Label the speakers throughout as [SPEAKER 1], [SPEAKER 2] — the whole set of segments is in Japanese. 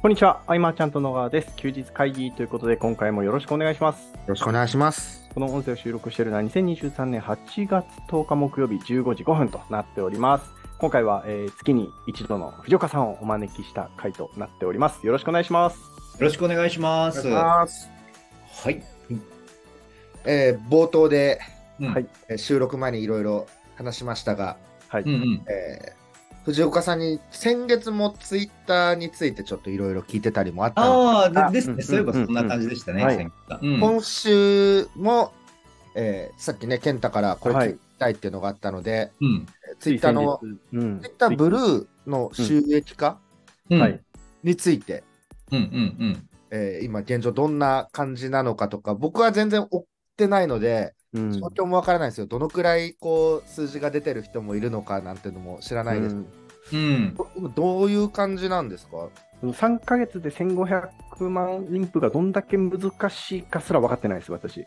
[SPEAKER 1] こんにちは、あいまちゃんと野川です。休日会議ということで、今回もよろしくお願いします。
[SPEAKER 2] よろしくお願いします。
[SPEAKER 1] この音声を収録しているのは2023年8月10日木曜日15時5分となっております。今回は、えー月に一度の藤岡さんをお招きした回となっております。よろしくお願いします。
[SPEAKER 3] よろしくお願いします。は
[SPEAKER 2] す。
[SPEAKER 3] い。
[SPEAKER 2] えー冒頭で、
[SPEAKER 3] うん
[SPEAKER 1] はい。
[SPEAKER 2] えー収録前にいろいろ話しましたが、
[SPEAKER 1] はい。
[SPEAKER 3] うんうん。
[SPEAKER 2] えー藤岡さんに先月もツイッターについてちょっといろいろ聞いてたりもあったの
[SPEAKER 3] あ
[SPEAKER 1] あ
[SPEAKER 3] あ、でです
[SPEAKER 1] うん
[SPEAKER 3] ね。そういえばそんな感じでしたね。
[SPEAKER 1] はい
[SPEAKER 3] 先月う
[SPEAKER 2] で
[SPEAKER 3] ん
[SPEAKER 2] 今週も、えーさっきね健太からこれ聞きたいっていうのがあったので、
[SPEAKER 3] うん。
[SPEAKER 2] ツイッターの
[SPEAKER 1] つい先日、うん
[SPEAKER 2] ツイッターブルーの収益化
[SPEAKER 3] うん。
[SPEAKER 1] はい。
[SPEAKER 2] について、
[SPEAKER 3] うんうん
[SPEAKER 2] えー今現状どんな感じなのかとか僕は全然追ってないので、
[SPEAKER 1] うん
[SPEAKER 2] 状況もわからないですよ、どのくらいこう数字が出てる人もいるのかなんてのも知らないです、
[SPEAKER 1] うん
[SPEAKER 3] うん。うん。
[SPEAKER 2] ど今どういう感じなんですか
[SPEAKER 1] 3ヶ月で1500万人符がどんだけ難しいかすら分かってないです、私。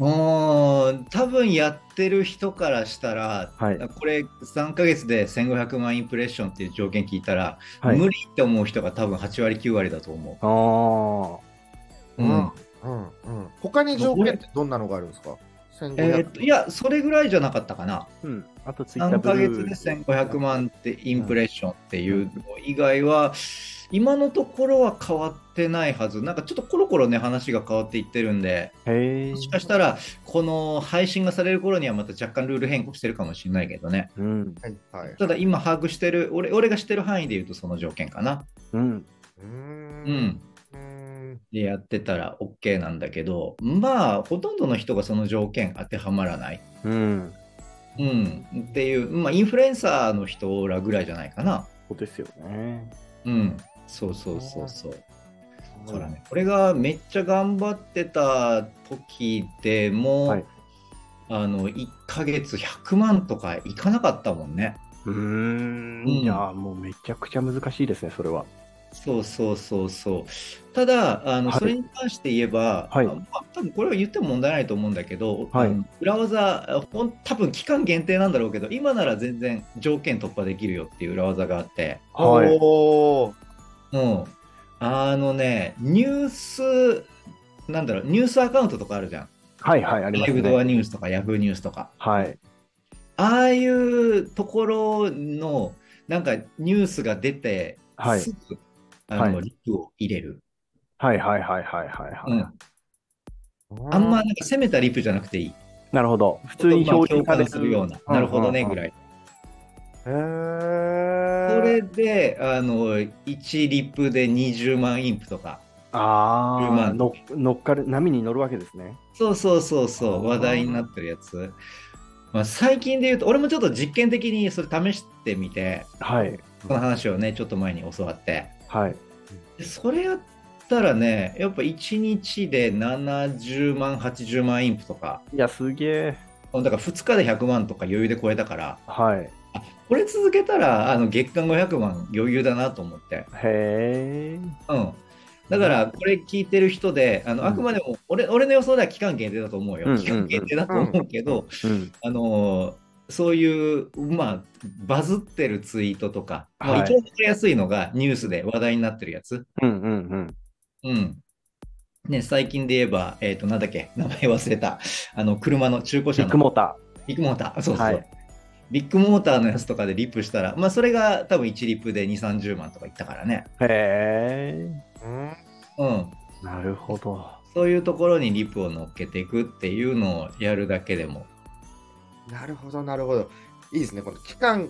[SPEAKER 3] あー多分やってる人からしたら、
[SPEAKER 1] はい。
[SPEAKER 3] これ3ヶ月で1500万インプレッションっていう条件聞いたら、
[SPEAKER 1] はい、
[SPEAKER 3] 無理って思う人が多分8割9割だと思
[SPEAKER 1] ああ。
[SPEAKER 3] う。
[SPEAKER 2] うんうんうん、他に条件ってどんなのがあるんですか
[SPEAKER 3] えー
[SPEAKER 2] 1500
[SPEAKER 3] っといや、それぐらいじゃなかったかな。
[SPEAKER 1] うん。あとツイッター
[SPEAKER 3] 3
[SPEAKER 1] ブ
[SPEAKER 3] ヶ
[SPEAKER 1] ル
[SPEAKER 3] 月
[SPEAKER 1] ー
[SPEAKER 3] で1500万ってインプレッションっていうの以外は、今のところは変わってないはず、なんかちょっとコロコロね、話が変わっていってるんで、
[SPEAKER 1] へえ
[SPEAKER 3] も。しかしたら、この配信がされる頃にはまた若干ルール変更してるかもしれないけどね、
[SPEAKER 1] うん。
[SPEAKER 2] はいはい、
[SPEAKER 3] ただ今、把握してる俺、俺が知ってる範囲で言うとその条件かな。
[SPEAKER 1] うん。
[SPEAKER 2] う
[SPEAKER 3] うんん
[SPEAKER 2] うん
[SPEAKER 3] でやってたら OK なんだけど、まあ、ほとんどの人がその条件当てはまらない、
[SPEAKER 1] うん。
[SPEAKER 3] うん、っていう、まあ、インフルエンサーの人らぐらいじゃないかな。
[SPEAKER 1] そうですよね。
[SPEAKER 3] うん、そうそうそうそう。だからね、これがめっちゃ頑張ってた時でも、
[SPEAKER 1] はい
[SPEAKER 3] あの1ヶ月100万とかいかなかったもんね。
[SPEAKER 1] うーん。
[SPEAKER 3] うん
[SPEAKER 1] いやー、もうめちゃくちゃ難しいですね、それは。
[SPEAKER 3] そうそうそうそう。ただ、あの
[SPEAKER 1] はい
[SPEAKER 3] それに関して言えば、
[SPEAKER 1] はい
[SPEAKER 3] あまあ、多分これは言っても問題ないと思うんだけど、
[SPEAKER 1] はい
[SPEAKER 3] あの裏技ほん、多分期間限定なんだろうけど、今なら全然条件突破できるよっていう裏技があって。
[SPEAKER 1] はい。
[SPEAKER 2] おー
[SPEAKER 3] うん、あのね、ニュース、なんだろう、ニュースアカウントとかあるじゃん。
[SPEAKER 1] はいはい、ありま
[SPEAKER 3] ライ
[SPEAKER 1] す
[SPEAKER 3] ブドア
[SPEAKER 1] ね。
[SPEAKER 3] ニュースとか、ヤフーニュースとか。
[SPEAKER 1] はい。
[SPEAKER 3] ああいうところの、なんかニュースが出て、
[SPEAKER 1] はい
[SPEAKER 3] すぐ、あの、
[SPEAKER 1] はい
[SPEAKER 3] リプを入れる。
[SPEAKER 1] はいはいはいはいはい。
[SPEAKER 3] うん
[SPEAKER 1] はい
[SPEAKER 3] あんまなんか攻めたリプじゃなくていい。
[SPEAKER 1] なるほど。普通に表示
[SPEAKER 3] まあ
[SPEAKER 1] さ
[SPEAKER 3] 共
[SPEAKER 1] れ
[SPEAKER 3] 感するような。なるほどね、ぐら
[SPEAKER 1] い。
[SPEAKER 3] い。
[SPEAKER 2] へ
[SPEAKER 3] それ
[SPEAKER 2] ー
[SPEAKER 3] で、あの、1リプで20万インプとか。
[SPEAKER 1] ああ、
[SPEAKER 3] 10万
[SPEAKER 1] 乗っ乗っかる、波に乗るわけですね。
[SPEAKER 3] そうそうそうそ
[SPEAKER 2] あー
[SPEAKER 3] う、話題になってるやつ。まあ、最近で言うと、俺もちょっと実験的にそれ試してみて、
[SPEAKER 1] はい。
[SPEAKER 3] この話をね、ちょっと前に教わって。
[SPEAKER 1] はい。
[SPEAKER 3] でそれやったらね、やっぱ1日で70万、80万インプとか、
[SPEAKER 1] いや、すげえ。
[SPEAKER 3] だから2日で100万とか余裕で超えたから、
[SPEAKER 1] はい。
[SPEAKER 3] これ続けたらあの月間500万余裕だなと思って。
[SPEAKER 1] へえ。
[SPEAKER 3] うん。だから、これ聞いてる人で、あ
[SPEAKER 1] う
[SPEAKER 3] の
[SPEAKER 1] ん
[SPEAKER 3] あくまでも俺、俺の予想では期間限定だと思う
[SPEAKER 1] うんうんう
[SPEAKER 3] よ。
[SPEAKER 1] ん
[SPEAKER 3] 期間限定だと思うけど、
[SPEAKER 1] うん。
[SPEAKER 3] あのーそういう、まあ、バズってるツイートとか、まあ
[SPEAKER 1] はい
[SPEAKER 3] 一番わかりやすいのがニュースで話題になってるやつ。
[SPEAKER 1] うんうんうん。
[SPEAKER 3] うん。ね、最近で言えば、えっ、と、なんだっけ、名前忘れた。あの、車の中古
[SPEAKER 1] ビ
[SPEAKER 3] 車
[SPEAKER 1] ッグ
[SPEAKER 3] の
[SPEAKER 1] モータ
[SPEAKER 3] ビッグモーター。そ
[SPEAKER 1] ー。
[SPEAKER 3] うそう。
[SPEAKER 1] はい。
[SPEAKER 3] ビッグモーターのやつとかでリップしたら、まあ、それが多分1リップで2、30万とかいったからね。
[SPEAKER 1] へえ。
[SPEAKER 2] うん
[SPEAKER 3] うん。
[SPEAKER 1] なるほど。
[SPEAKER 3] そういうところにリップを乗っけていくっていうのをやるだけでも。
[SPEAKER 2] なるほどなるほどいいですねこの期間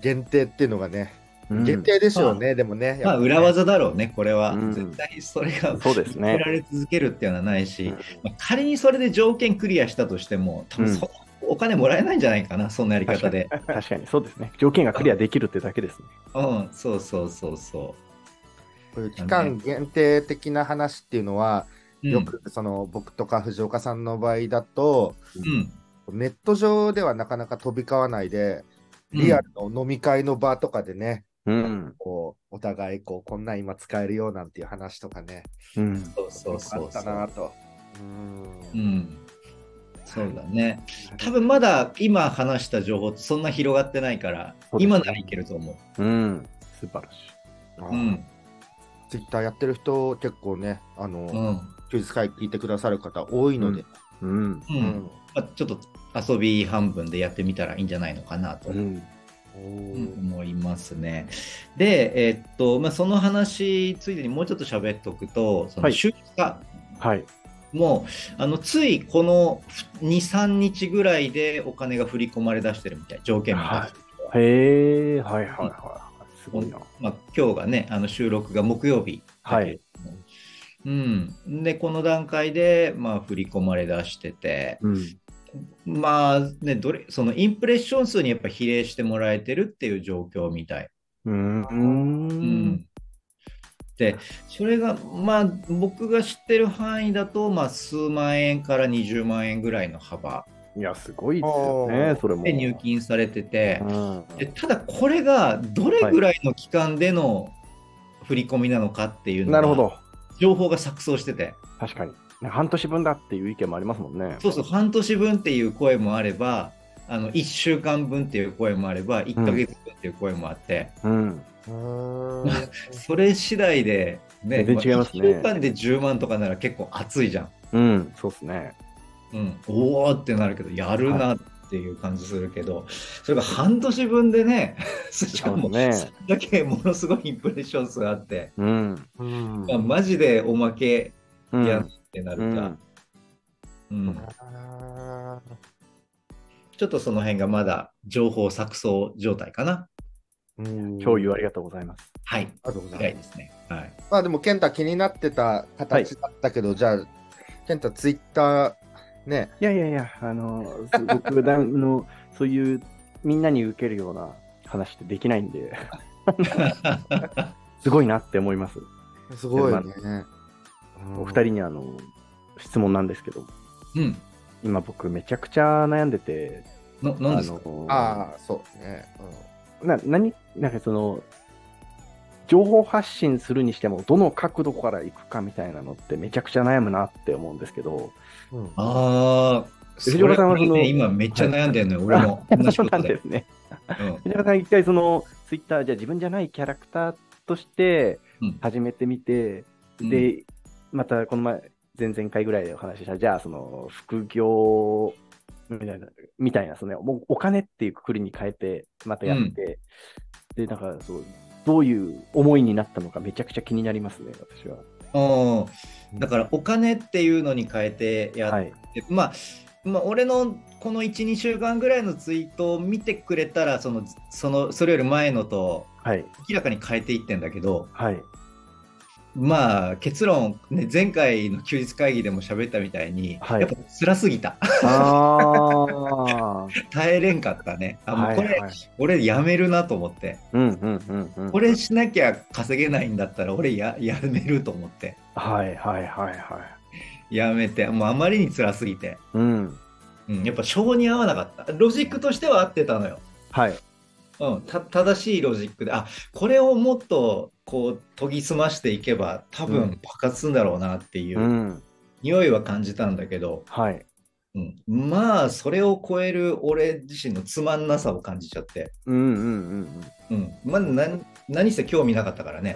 [SPEAKER 2] 限定っていうのがね
[SPEAKER 1] うん
[SPEAKER 2] 限定でしょうね、でもねや
[SPEAKER 3] まあ、
[SPEAKER 2] っぱね
[SPEAKER 3] 裏技だろうね、これは。
[SPEAKER 1] うん
[SPEAKER 3] 絶対それが
[SPEAKER 1] そうですね
[SPEAKER 3] 作られ続けるっていうのはないし、
[SPEAKER 1] うん
[SPEAKER 3] まあ仮にそれで条件クリアしたとしても、多分そのお金もらえないんじゃないかな、そんなやり方で。
[SPEAKER 1] 確かにそうですね。条件がクリアできるってだけですね。
[SPEAKER 3] うん、そうそうそうそ
[SPEAKER 2] こういう期間限定的な話っていうのは、
[SPEAKER 3] う。
[SPEAKER 2] よくその僕とか藤岡さんの場合だと、
[SPEAKER 3] うん、
[SPEAKER 2] ネット上ではなかなか飛び交わないで、
[SPEAKER 3] うん、
[SPEAKER 2] リアルの飲み会の場とかでね、
[SPEAKER 1] うん。
[SPEAKER 2] こうお互いこうこんなん今使えるよなんていう話とかね、
[SPEAKER 1] うん。
[SPEAKER 3] そうそうそ
[SPEAKER 2] あ
[SPEAKER 3] う
[SPEAKER 2] っ
[SPEAKER 3] そ
[SPEAKER 2] たな
[SPEAKER 3] う。
[SPEAKER 2] と。
[SPEAKER 3] う
[SPEAKER 2] うん
[SPEAKER 3] ん、そうだね。多分まだ今話した情報ってそんな広がってないから、
[SPEAKER 1] そうですね
[SPEAKER 3] 今ならいけると思う。
[SPEAKER 1] うん。素晴らしい。
[SPEAKER 2] あー
[SPEAKER 3] うん、
[SPEAKER 2] ツイッターやってる人、結構ね、あの、
[SPEAKER 3] うん
[SPEAKER 2] 休日会聞いてくださる方多いので、
[SPEAKER 1] うん。
[SPEAKER 3] う
[SPEAKER 2] うん
[SPEAKER 3] まあ、ちょっと遊び半分でやってみたらいいんじゃないのかなと
[SPEAKER 1] うん。
[SPEAKER 3] 思いますね。で、えっとまあ、その話ついでにもうちょっと喋っとくと、そ
[SPEAKER 1] は
[SPEAKER 3] の
[SPEAKER 1] い
[SPEAKER 3] 収穫が
[SPEAKER 1] はい。
[SPEAKER 3] もうあのついこの2、3日ぐらいでお金が振り込まれ出してるみたい、条件も出してる人は
[SPEAKER 1] へえ、はいはいはいはい。すごいな。
[SPEAKER 3] まあ、今日がね、あの収録が木曜日だけれども、うん、で、この段階で、まあ、振り込まれ出してて、
[SPEAKER 1] うん。
[SPEAKER 3] まあね、どれそのインプレッション数にやっぱ比例してもらえてるっていう状況みたい。
[SPEAKER 1] うん。
[SPEAKER 3] う
[SPEAKER 1] うん。
[SPEAKER 3] ん、でそれがまあ僕が知ってる範囲だと、まあ、数万円から20万円ぐらいの幅
[SPEAKER 1] いや、すごいですよね、それも。
[SPEAKER 3] で入金されてて
[SPEAKER 1] うん。
[SPEAKER 3] でただこれがどれぐらいの期間での振り込みなのかっていうの
[SPEAKER 1] な
[SPEAKER 3] が
[SPEAKER 1] るほど。
[SPEAKER 3] 情報が錯綜してて
[SPEAKER 1] 確かに。ね半年分だっていう意見もありますもんね。
[SPEAKER 3] そうそう半年分っていう声もあればあの1週間分っていう声もあれば1ヶ月分っていう声もあって。
[SPEAKER 1] うん。
[SPEAKER 2] うん。
[SPEAKER 3] それ次第で、ね、
[SPEAKER 1] 全然違いますね
[SPEAKER 3] 1週間で10万とかなら結構熱いじゃん。
[SPEAKER 1] うん。そうですね。
[SPEAKER 3] うん、おおってなるけど、やるなっていう感じするけど、それが半年分でね、 しか
[SPEAKER 1] そ
[SPEAKER 3] も、
[SPEAKER 1] うね
[SPEAKER 3] それだけものすごいインプレッション数あって、
[SPEAKER 1] うん。
[SPEAKER 2] うん
[SPEAKER 3] まあ、マジでおまけ
[SPEAKER 1] うん。
[SPEAKER 3] やんってなるか、うん
[SPEAKER 2] あ
[SPEAKER 3] ちょっとその辺がまだ情報錯綜状態かな。
[SPEAKER 2] ー
[SPEAKER 1] 共有ありがとうございます。
[SPEAKER 3] はい、
[SPEAKER 2] ありがとうござ
[SPEAKER 3] ぐら
[SPEAKER 2] い
[SPEAKER 3] い
[SPEAKER 2] ま。
[SPEAKER 3] ですすね。はい、
[SPEAKER 2] まあでも、健太気になってた形だったけど、じゃあ、健太ツイッター、ね、
[SPEAKER 1] いやいやいや、あの、す 僕だあの、そういう、みんなに受けるような話ってできないんで、 すごいなって思います。
[SPEAKER 2] すごいね。
[SPEAKER 1] お二人にあの、質問なんですけど、
[SPEAKER 3] うん、
[SPEAKER 1] 今僕めちゃくちゃ悩んでて、
[SPEAKER 3] の何ですか
[SPEAKER 1] の
[SPEAKER 2] ああ、そうですね。
[SPEAKER 1] な何なんかその情報発信するにしてもどの角度から行くかみたいなのってめちゃくちゃ悩むなって思うんですけど
[SPEAKER 2] うんうん
[SPEAKER 3] ああ、そ
[SPEAKER 1] 藤
[SPEAKER 3] れ
[SPEAKER 1] 原さんはその
[SPEAKER 3] ね、今めっちゃ悩んでるのよ、俺も。同じ
[SPEAKER 1] そう
[SPEAKER 3] こ
[SPEAKER 1] な
[SPEAKER 3] と
[SPEAKER 1] んで
[SPEAKER 3] で。
[SPEAKER 1] すね
[SPEAKER 3] うん
[SPEAKER 1] 藤原さん一回そのツイッターじゃあ自分じゃないキャラクターとして
[SPEAKER 3] うん
[SPEAKER 1] 始めてみて、でまたこの前前々回ぐらいでお話ししたじゃあその副業みたいなみたいなそのねもうお金っていうくくりに変えてまたやって、でなんかそうどういう思いになったのかめちゃくちゃ気になりますね私は。
[SPEAKER 3] うんだからお金っていうのに変えてやって、
[SPEAKER 1] はい
[SPEAKER 3] まあまあ、俺のこの12週間ぐらいのツイートを見てくれたらそのそのそれより前のと
[SPEAKER 1] はい。
[SPEAKER 3] 明らかに変えていってんだけど
[SPEAKER 1] はい。
[SPEAKER 3] まあ結論、ね、前回の休日会議でも喋ったみたいに、
[SPEAKER 1] はい
[SPEAKER 3] やっぱ辛すぎた
[SPEAKER 1] ああ。
[SPEAKER 3] 耐えれんかったねあもうこれ、
[SPEAKER 1] はいはい
[SPEAKER 3] 俺やめるなと思って
[SPEAKER 1] うんうんうんうん。
[SPEAKER 3] これしなきゃ稼げないんだったら俺ややめると思って
[SPEAKER 1] はいはいはいはい。
[SPEAKER 3] やめてもうあまりに辛すぎて。
[SPEAKER 1] うん。
[SPEAKER 3] うん、やっぱ性に合わなかったロジックとしては合ってたのよ、
[SPEAKER 1] はい。
[SPEAKER 3] うん、た正しいロジックであこれをもっとこう研ぎ澄ましていけば多
[SPEAKER 1] う
[SPEAKER 3] 分
[SPEAKER 1] ん
[SPEAKER 3] 爆発するんだろうなっていう、
[SPEAKER 1] うん。
[SPEAKER 3] 匂いは感じたんだけど、
[SPEAKER 1] はい。
[SPEAKER 3] うん、まあそれを超える俺自身のつまんなさを感じちゃって、
[SPEAKER 1] うんうんうん
[SPEAKER 3] うん、まあ何何せ興味なかったからね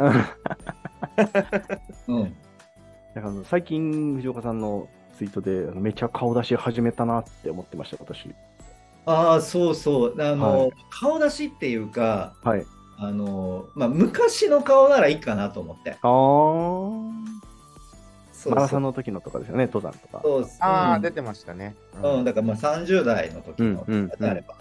[SPEAKER 1] う、ん。
[SPEAKER 3] うん、
[SPEAKER 1] だからあの最近、藤岡さんのツイートで、あのめちゃ顔出し始めたなって思ってました、私。
[SPEAKER 3] ああそうそうあの、
[SPEAKER 1] はい
[SPEAKER 3] 顔出しっていうか
[SPEAKER 1] はい。
[SPEAKER 3] あの、まあ、昔の顔ならいいかなと思って
[SPEAKER 1] ああ。
[SPEAKER 3] そ
[SPEAKER 1] マ
[SPEAKER 3] う
[SPEAKER 1] ラ
[SPEAKER 3] そ
[SPEAKER 1] ソン
[SPEAKER 3] う
[SPEAKER 1] の時のとかですよね、登山とか。
[SPEAKER 3] そうそう
[SPEAKER 2] ああ、
[SPEAKER 3] うん
[SPEAKER 2] 出てましたね。
[SPEAKER 3] うん、だからまあ30代の時の
[SPEAKER 1] うんうん
[SPEAKER 3] であれば、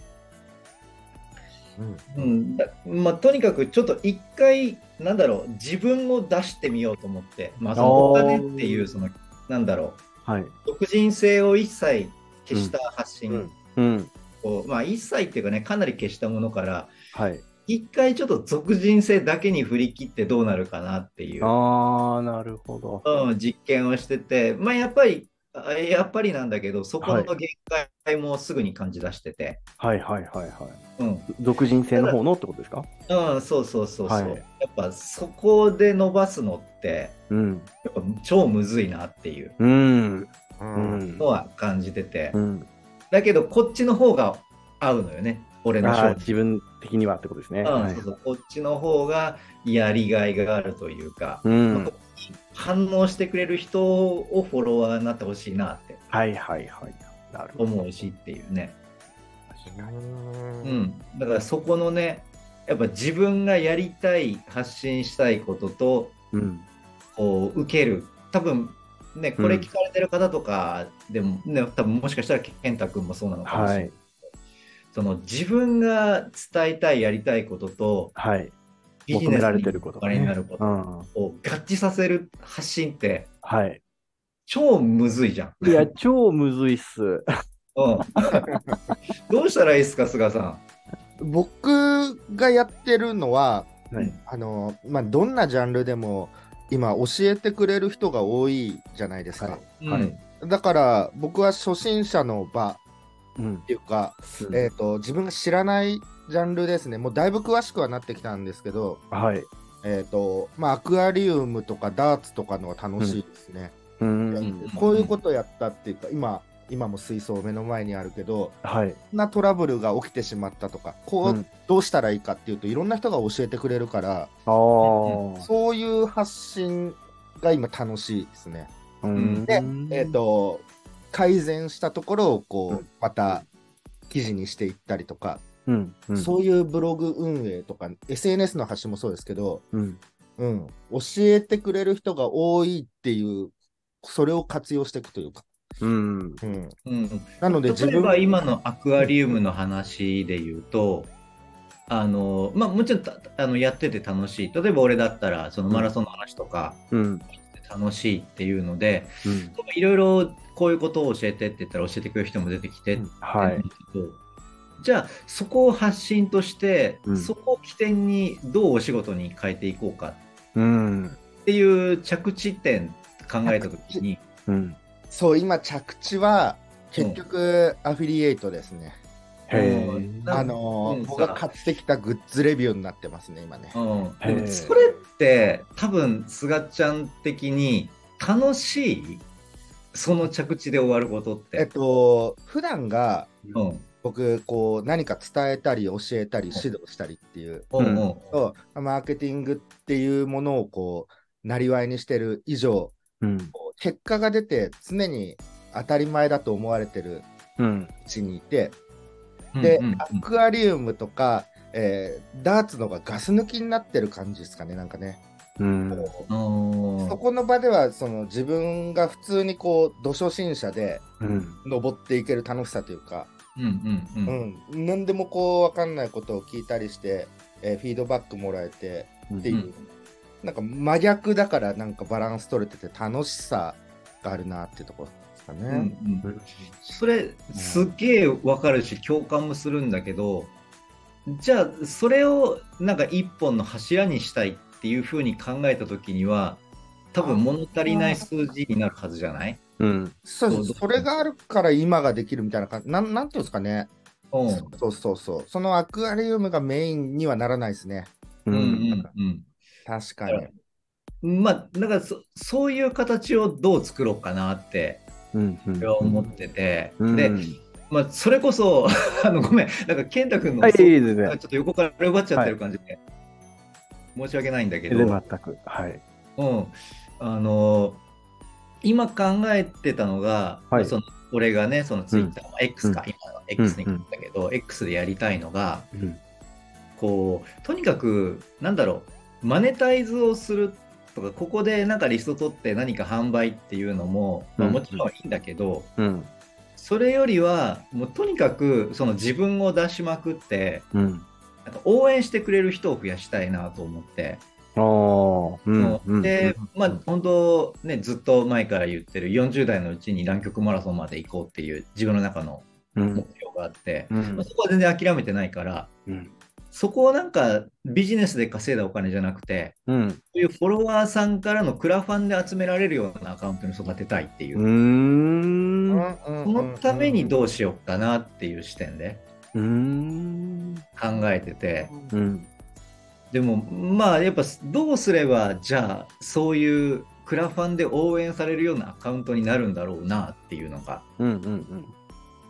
[SPEAKER 2] うん
[SPEAKER 3] うんだまあ、とにかくちょっと一回なんだろう自分を出してみようと思って、まあ、そのお
[SPEAKER 1] あー
[SPEAKER 3] 金っていうそのなんだろ
[SPEAKER 1] はい。
[SPEAKER 3] う独人性を一切消した発信
[SPEAKER 1] うん。
[SPEAKER 3] を、まあ、一切っていうかねかなり消したものから
[SPEAKER 1] はい。
[SPEAKER 3] 一回ちょっと俗人性だけに振り切ってどうなるかなっていう、
[SPEAKER 1] ああ、なるほど。
[SPEAKER 3] うん、実験をしてて、まあ、やっぱりあやっぱりなんだけどそこの限界もすぐに感じ出してて、
[SPEAKER 1] はいはいはいは
[SPEAKER 3] うん、
[SPEAKER 1] い。属人性の方のってことですか
[SPEAKER 3] うん、そうそうそうそう、
[SPEAKER 1] はい
[SPEAKER 3] やっぱそこで伸ばすのって
[SPEAKER 1] うん。
[SPEAKER 3] やっぱ超むずいなっていう
[SPEAKER 1] うん。
[SPEAKER 2] う。
[SPEAKER 1] うんん
[SPEAKER 3] の。は感じてて、
[SPEAKER 1] うん。
[SPEAKER 3] だけどこっちの方が合うのよね俺の
[SPEAKER 1] あ
[SPEAKER 3] 商
[SPEAKER 1] ー
[SPEAKER 3] 品
[SPEAKER 1] 自分的にはってことですね。
[SPEAKER 3] うん
[SPEAKER 1] はい
[SPEAKER 3] そうそうこっちの方がやりがいがあるというか、
[SPEAKER 1] うん
[SPEAKER 3] 反応してくれる人をフォロワーになってほしいなって
[SPEAKER 1] はいはいはい。なるほど。
[SPEAKER 3] 思うしっていうね、
[SPEAKER 2] うん
[SPEAKER 3] うん、だからそこのねやっぱ自分がやりたい発信したいことと
[SPEAKER 1] うん。
[SPEAKER 3] こう受ける多分ねこれ聞かれてる方とかでも、ね多分もしかしたら健太君もそうなのかもしれ
[SPEAKER 1] は
[SPEAKER 3] ない、
[SPEAKER 1] い。
[SPEAKER 3] その自分が伝えたいやりたいことと
[SPEAKER 1] はい。
[SPEAKER 3] ビジ
[SPEAKER 1] 求
[SPEAKER 3] ネ
[SPEAKER 1] め
[SPEAKER 3] ス
[SPEAKER 1] られ
[SPEAKER 3] に
[SPEAKER 1] てること
[SPEAKER 3] お金になるこ
[SPEAKER 1] う
[SPEAKER 3] と
[SPEAKER 1] ん。
[SPEAKER 3] を合致させる発信って
[SPEAKER 1] はい。
[SPEAKER 3] 超むずいじゃん。
[SPEAKER 1] い や、超むずいっす。
[SPEAKER 3] うん、どうしたらいいですか、菅さん。
[SPEAKER 2] 僕がやってるのは、
[SPEAKER 1] はい
[SPEAKER 2] あの、まあ、どんなジャンルでも今教えてくれる人が多いじゃないですか。
[SPEAKER 1] はい
[SPEAKER 3] うん
[SPEAKER 1] はい
[SPEAKER 2] だから僕は初心者の場
[SPEAKER 1] うん
[SPEAKER 2] っ。ていうか、えー、と自分が知らないジャンルですね。もうだいぶ詳しくはなってきたんですけど、
[SPEAKER 1] はい。
[SPEAKER 2] えーとまあ、アクアリウムとかダーツとかのが楽しいですね。
[SPEAKER 1] う
[SPEAKER 3] うん
[SPEAKER 1] ん。
[SPEAKER 2] こういうことやったっていうか今今も水槽目の前にあるけど
[SPEAKER 1] はい。
[SPEAKER 2] こんなトラブルが起きてしまったとかこ
[SPEAKER 1] う
[SPEAKER 2] うんどうしたらいいかっていうといろんな人が教えてくれるから
[SPEAKER 1] ああ。
[SPEAKER 2] そういう発信が今楽しいですね。
[SPEAKER 1] うん
[SPEAKER 2] でえっ、。と改善したところをこうまた記事にしていったりとか、
[SPEAKER 1] うん。うん
[SPEAKER 2] そういうブログ運営とか SNS の発信もそうですけど、
[SPEAKER 1] うん。
[SPEAKER 2] うん、教えてくれる人が多いっていうそれを活用していくというか、
[SPEAKER 1] うん。
[SPEAKER 2] うん、
[SPEAKER 3] うん
[SPEAKER 2] なので自
[SPEAKER 3] 例え
[SPEAKER 2] 分
[SPEAKER 3] ば今のアクアリウムの話で言うと、あのまあ、もちろんたあのやってて楽しい例えば俺だったらそのマラソンの話とか
[SPEAKER 1] うん。
[SPEAKER 3] 楽しいっていうので
[SPEAKER 1] うん。
[SPEAKER 3] いろいろこういうことを教えてって言ったら教えてくれる人も出てきてって
[SPEAKER 1] はい。
[SPEAKER 3] そうじゃあそこを発信として、
[SPEAKER 1] うん
[SPEAKER 3] そこを起点にどうお仕事に変えていこうか
[SPEAKER 1] うん。
[SPEAKER 3] っていう着地点考えた時に
[SPEAKER 1] うん。
[SPEAKER 2] そう今着地は結局アフィリエイトですね、
[SPEAKER 1] へえ。
[SPEAKER 3] うん
[SPEAKER 2] あのー
[SPEAKER 3] うん
[SPEAKER 2] 僕が買ってきたグッズレビューになってますね今ね、
[SPEAKER 3] うん、
[SPEAKER 1] へー
[SPEAKER 3] でもそれって多分すがちゃん的に楽しいその着地で終わることっ、
[SPEAKER 2] えってと普段が
[SPEAKER 3] うん
[SPEAKER 2] 僕こう何か伝えたり教えたり指導したりっていう
[SPEAKER 3] うんうん
[SPEAKER 2] そうマーケティングっていうものをこうなりわいにしてる以上
[SPEAKER 1] うん。
[SPEAKER 2] こう結果が出て常に当たり前だと思われてる
[SPEAKER 1] うん。
[SPEAKER 2] 位置にいて
[SPEAKER 3] うん
[SPEAKER 2] で、
[SPEAKER 3] うんうん
[SPEAKER 2] アクアリウムとか、えーダーツのがガス抜きになってる感じですかねなんかね、
[SPEAKER 1] うん。
[SPEAKER 2] こ
[SPEAKER 3] うん
[SPEAKER 2] うそこの場ではその自分が普通にこう土初心者で
[SPEAKER 1] うん。
[SPEAKER 2] 登っていける楽しさというか、
[SPEAKER 3] うんうん
[SPEAKER 2] う
[SPEAKER 3] うん
[SPEAKER 2] ん、何でもこう分かんないことを聞いたりして、えーフィードバックもらえてっていう、
[SPEAKER 3] うん
[SPEAKER 2] なんか真逆だからなんかバランス取れてて楽しさがあるなってとこですかね。
[SPEAKER 3] うんうんそれすっげえわかるし共感もするんだけどじゃあそれをなんか一本の柱にしたいっていうふうに考えた時には多分物足りない数字になるはずじゃない、
[SPEAKER 1] うん。
[SPEAKER 2] そう
[SPEAKER 3] そうそう
[SPEAKER 2] それがあるから今ができるみたいな感じ、なんなんていうんですかね、
[SPEAKER 3] うん、
[SPEAKER 2] そうそうそう、そのアクアリウムがメインにはならないですね、
[SPEAKER 1] う
[SPEAKER 3] うん
[SPEAKER 1] ん。
[SPEAKER 3] うんうん
[SPEAKER 2] 確かに。
[SPEAKER 3] まあだからそそういう形をどう作ろうかなって
[SPEAKER 1] うん。うん
[SPEAKER 3] 俺は思ってて、
[SPEAKER 1] うん
[SPEAKER 3] で、まあ、それこそ あのごめんなんか健太君の、
[SPEAKER 1] はい、い
[SPEAKER 3] そう
[SPEAKER 1] いです
[SPEAKER 3] なんか
[SPEAKER 1] ね。
[SPEAKER 3] ちょっと横から奪っちゃってる感じで、申し訳ないんだけど、うん、
[SPEAKER 1] 全く。はい。
[SPEAKER 3] あの今考えてたのが、
[SPEAKER 1] はい
[SPEAKER 3] その俺がねそのツイッター、X か、今は X に
[SPEAKER 1] うん
[SPEAKER 3] 変ったけど、X でやりたいのが
[SPEAKER 1] うん。
[SPEAKER 3] こうとにかくなんだろうマネタイズをするとかここでなんかリスト取って何か販売っていうのも、まあ、
[SPEAKER 1] うん
[SPEAKER 3] もちろんいいんだけど、
[SPEAKER 1] うん。
[SPEAKER 3] それよりはもうとにかくその自分を出しまくって
[SPEAKER 1] うん。
[SPEAKER 3] なんか応援してくれる人を増やしたいなと思って、
[SPEAKER 1] ああ。うん。うん。
[SPEAKER 3] で、まあ本当ねずっと前から言ってる40代のうちに南極マラソンまで行こうっていう自分の中の
[SPEAKER 1] う
[SPEAKER 3] 目
[SPEAKER 1] ん。
[SPEAKER 3] 標があって、
[SPEAKER 1] うん
[SPEAKER 3] まあ。そこは全然諦めてないから
[SPEAKER 1] うん。
[SPEAKER 3] そこをなんかビジネスで稼いだお金じゃなくて
[SPEAKER 1] うん。
[SPEAKER 3] そういうフォロワーさんからのクラファンで集められるようなアカウントに育てたいっていうう、
[SPEAKER 1] ん。
[SPEAKER 3] そのために
[SPEAKER 2] う
[SPEAKER 3] どうしようかなっていう視点で
[SPEAKER 1] うん。
[SPEAKER 3] 考えてて、
[SPEAKER 1] うん。
[SPEAKER 3] でもまあやっぱどうすればじゃあそういうクラファンで応援されるようなアカウントになるんだろうなっていうのが
[SPEAKER 1] うん。うん。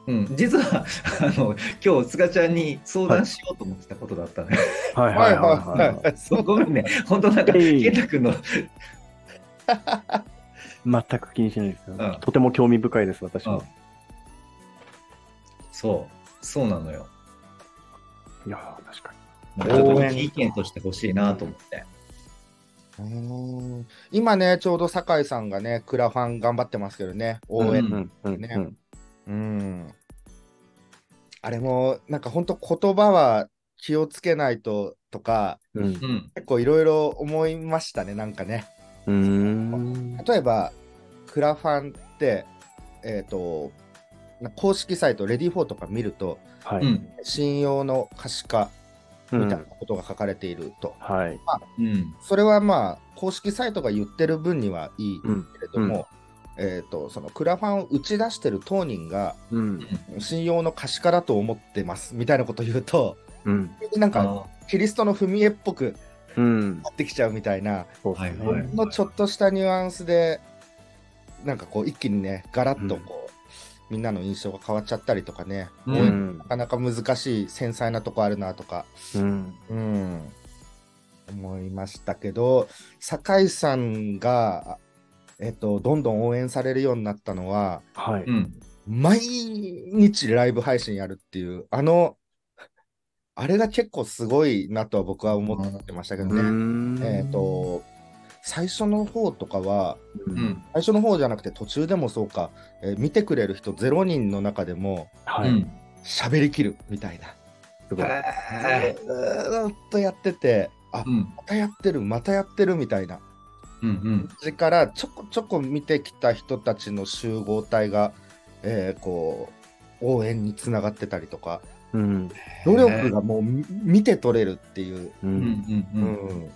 [SPEAKER 3] うん、実はあの今日塚ちゃんに相談しようと思ってたことだった のよ、
[SPEAKER 1] はいはいはいはい。
[SPEAKER 2] い。そう
[SPEAKER 3] ごめんね本当なんか
[SPEAKER 1] いえいえ
[SPEAKER 3] 健太君の
[SPEAKER 1] 全く気にしないですよ、
[SPEAKER 3] うん
[SPEAKER 1] とても興味深いです、私も。
[SPEAKER 3] そうそうなのよ
[SPEAKER 1] いやー、確か
[SPEAKER 3] ちょっと
[SPEAKER 2] 応援
[SPEAKER 3] 意見としてほしいなと思って
[SPEAKER 2] うーん今ね、ちょうど酒井さんがね、クラファン頑張ってますけどね、応
[SPEAKER 1] に。
[SPEAKER 2] 援。
[SPEAKER 1] うんうん
[SPEAKER 2] ね
[SPEAKER 1] うん
[SPEAKER 2] うん。あれも、なんか本当言葉は気をつけないととか、
[SPEAKER 1] うん
[SPEAKER 3] う。ん
[SPEAKER 2] 結構いろいろ思いましたね、なんかね。
[SPEAKER 1] うーん。
[SPEAKER 2] 例えば、クラファンって、えっ、と、な公式サイト、レディフォーとか見ると、
[SPEAKER 1] は
[SPEAKER 3] う
[SPEAKER 1] い。
[SPEAKER 3] ん
[SPEAKER 2] 信用の可視化
[SPEAKER 1] う
[SPEAKER 2] み
[SPEAKER 1] ん
[SPEAKER 2] たいなことが書かれていると。
[SPEAKER 1] はい。
[SPEAKER 3] うん
[SPEAKER 2] それはまあ、公式サイトが言ってる分にはいいけれども、えっ、と、そのクラファンを打ち出してる当人が、
[SPEAKER 1] うん。
[SPEAKER 2] 信用の可視化だと思ってますみたいなこと言うと、
[SPEAKER 1] うん。
[SPEAKER 2] なんか、
[SPEAKER 3] あ
[SPEAKER 2] キリストの踏み絵っぽく
[SPEAKER 1] うん。
[SPEAKER 2] なってきちゃうみたいな、
[SPEAKER 1] そうです
[SPEAKER 3] は
[SPEAKER 1] ね。
[SPEAKER 3] い
[SPEAKER 2] ほんのちょっとしたニュアンスで、なんかこう、一気にね、ガラッとこう、みんなの印象が変わっちゃったりとかね、
[SPEAKER 3] うん。
[SPEAKER 2] 応
[SPEAKER 1] う
[SPEAKER 2] 援
[SPEAKER 1] ん
[SPEAKER 2] な。かなか難しい、繊細なとこあるなとか、
[SPEAKER 1] うん。
[SPEAKER 2] うん、思いましたけど、酒井さんが、えっと、どんどん応援されるようになったのは、
[SPEAKER 1] はいう
[SPEAKER 3] ん
[SPEAKER 2] 毎日ライブ配信やるっていう、あの、あれが結構すごいなとは僕は思ってましたけど
[SPEAKER 1] うー
[SPEAKER 2] ね。
[SPEAKER 1] ん
[SPEAKER 2] えっ、、と、最初の方とかは、
[SPEAKER 1] う
[SPEAKER 3] うんん
[SPEAKER 2] 最初の方じゃなくて途中でもそうか、えー見てくれる人0人の中でも
[SPEAKER 1] は
[SPEAKER 3] う
[SPEAKER 1] い。
[SPEAKER 3] ん
[SPEAKER 2] 喋りきるみたいな。
[SPEAKER 1] すごい。
[SPEAKER 3] へ
[SPEAKER 2] ずーっとやってて、あ
[SPEAKER 3] ーう、ん
[SPEAKER 2] またやってる、またやってるみたいな。
[SPEAKER 3] うんうん
[SPEAKER 2] それからちょこちょこ見てきた人たちの集合体が、えーこう、応援につながってたりとか、
[SPEAKER 1] うん。
[SPEAKER 2] 努力がもうみ見て取れるっていう、
[SPEAKER 1] う
[SPEAKER 3] うん
[SPEAKER 1] ん。
[SPEAKER 3] う
[SPEAKER 2] うん
[SPEAKER 3] うん
[SPEAKER 2] ん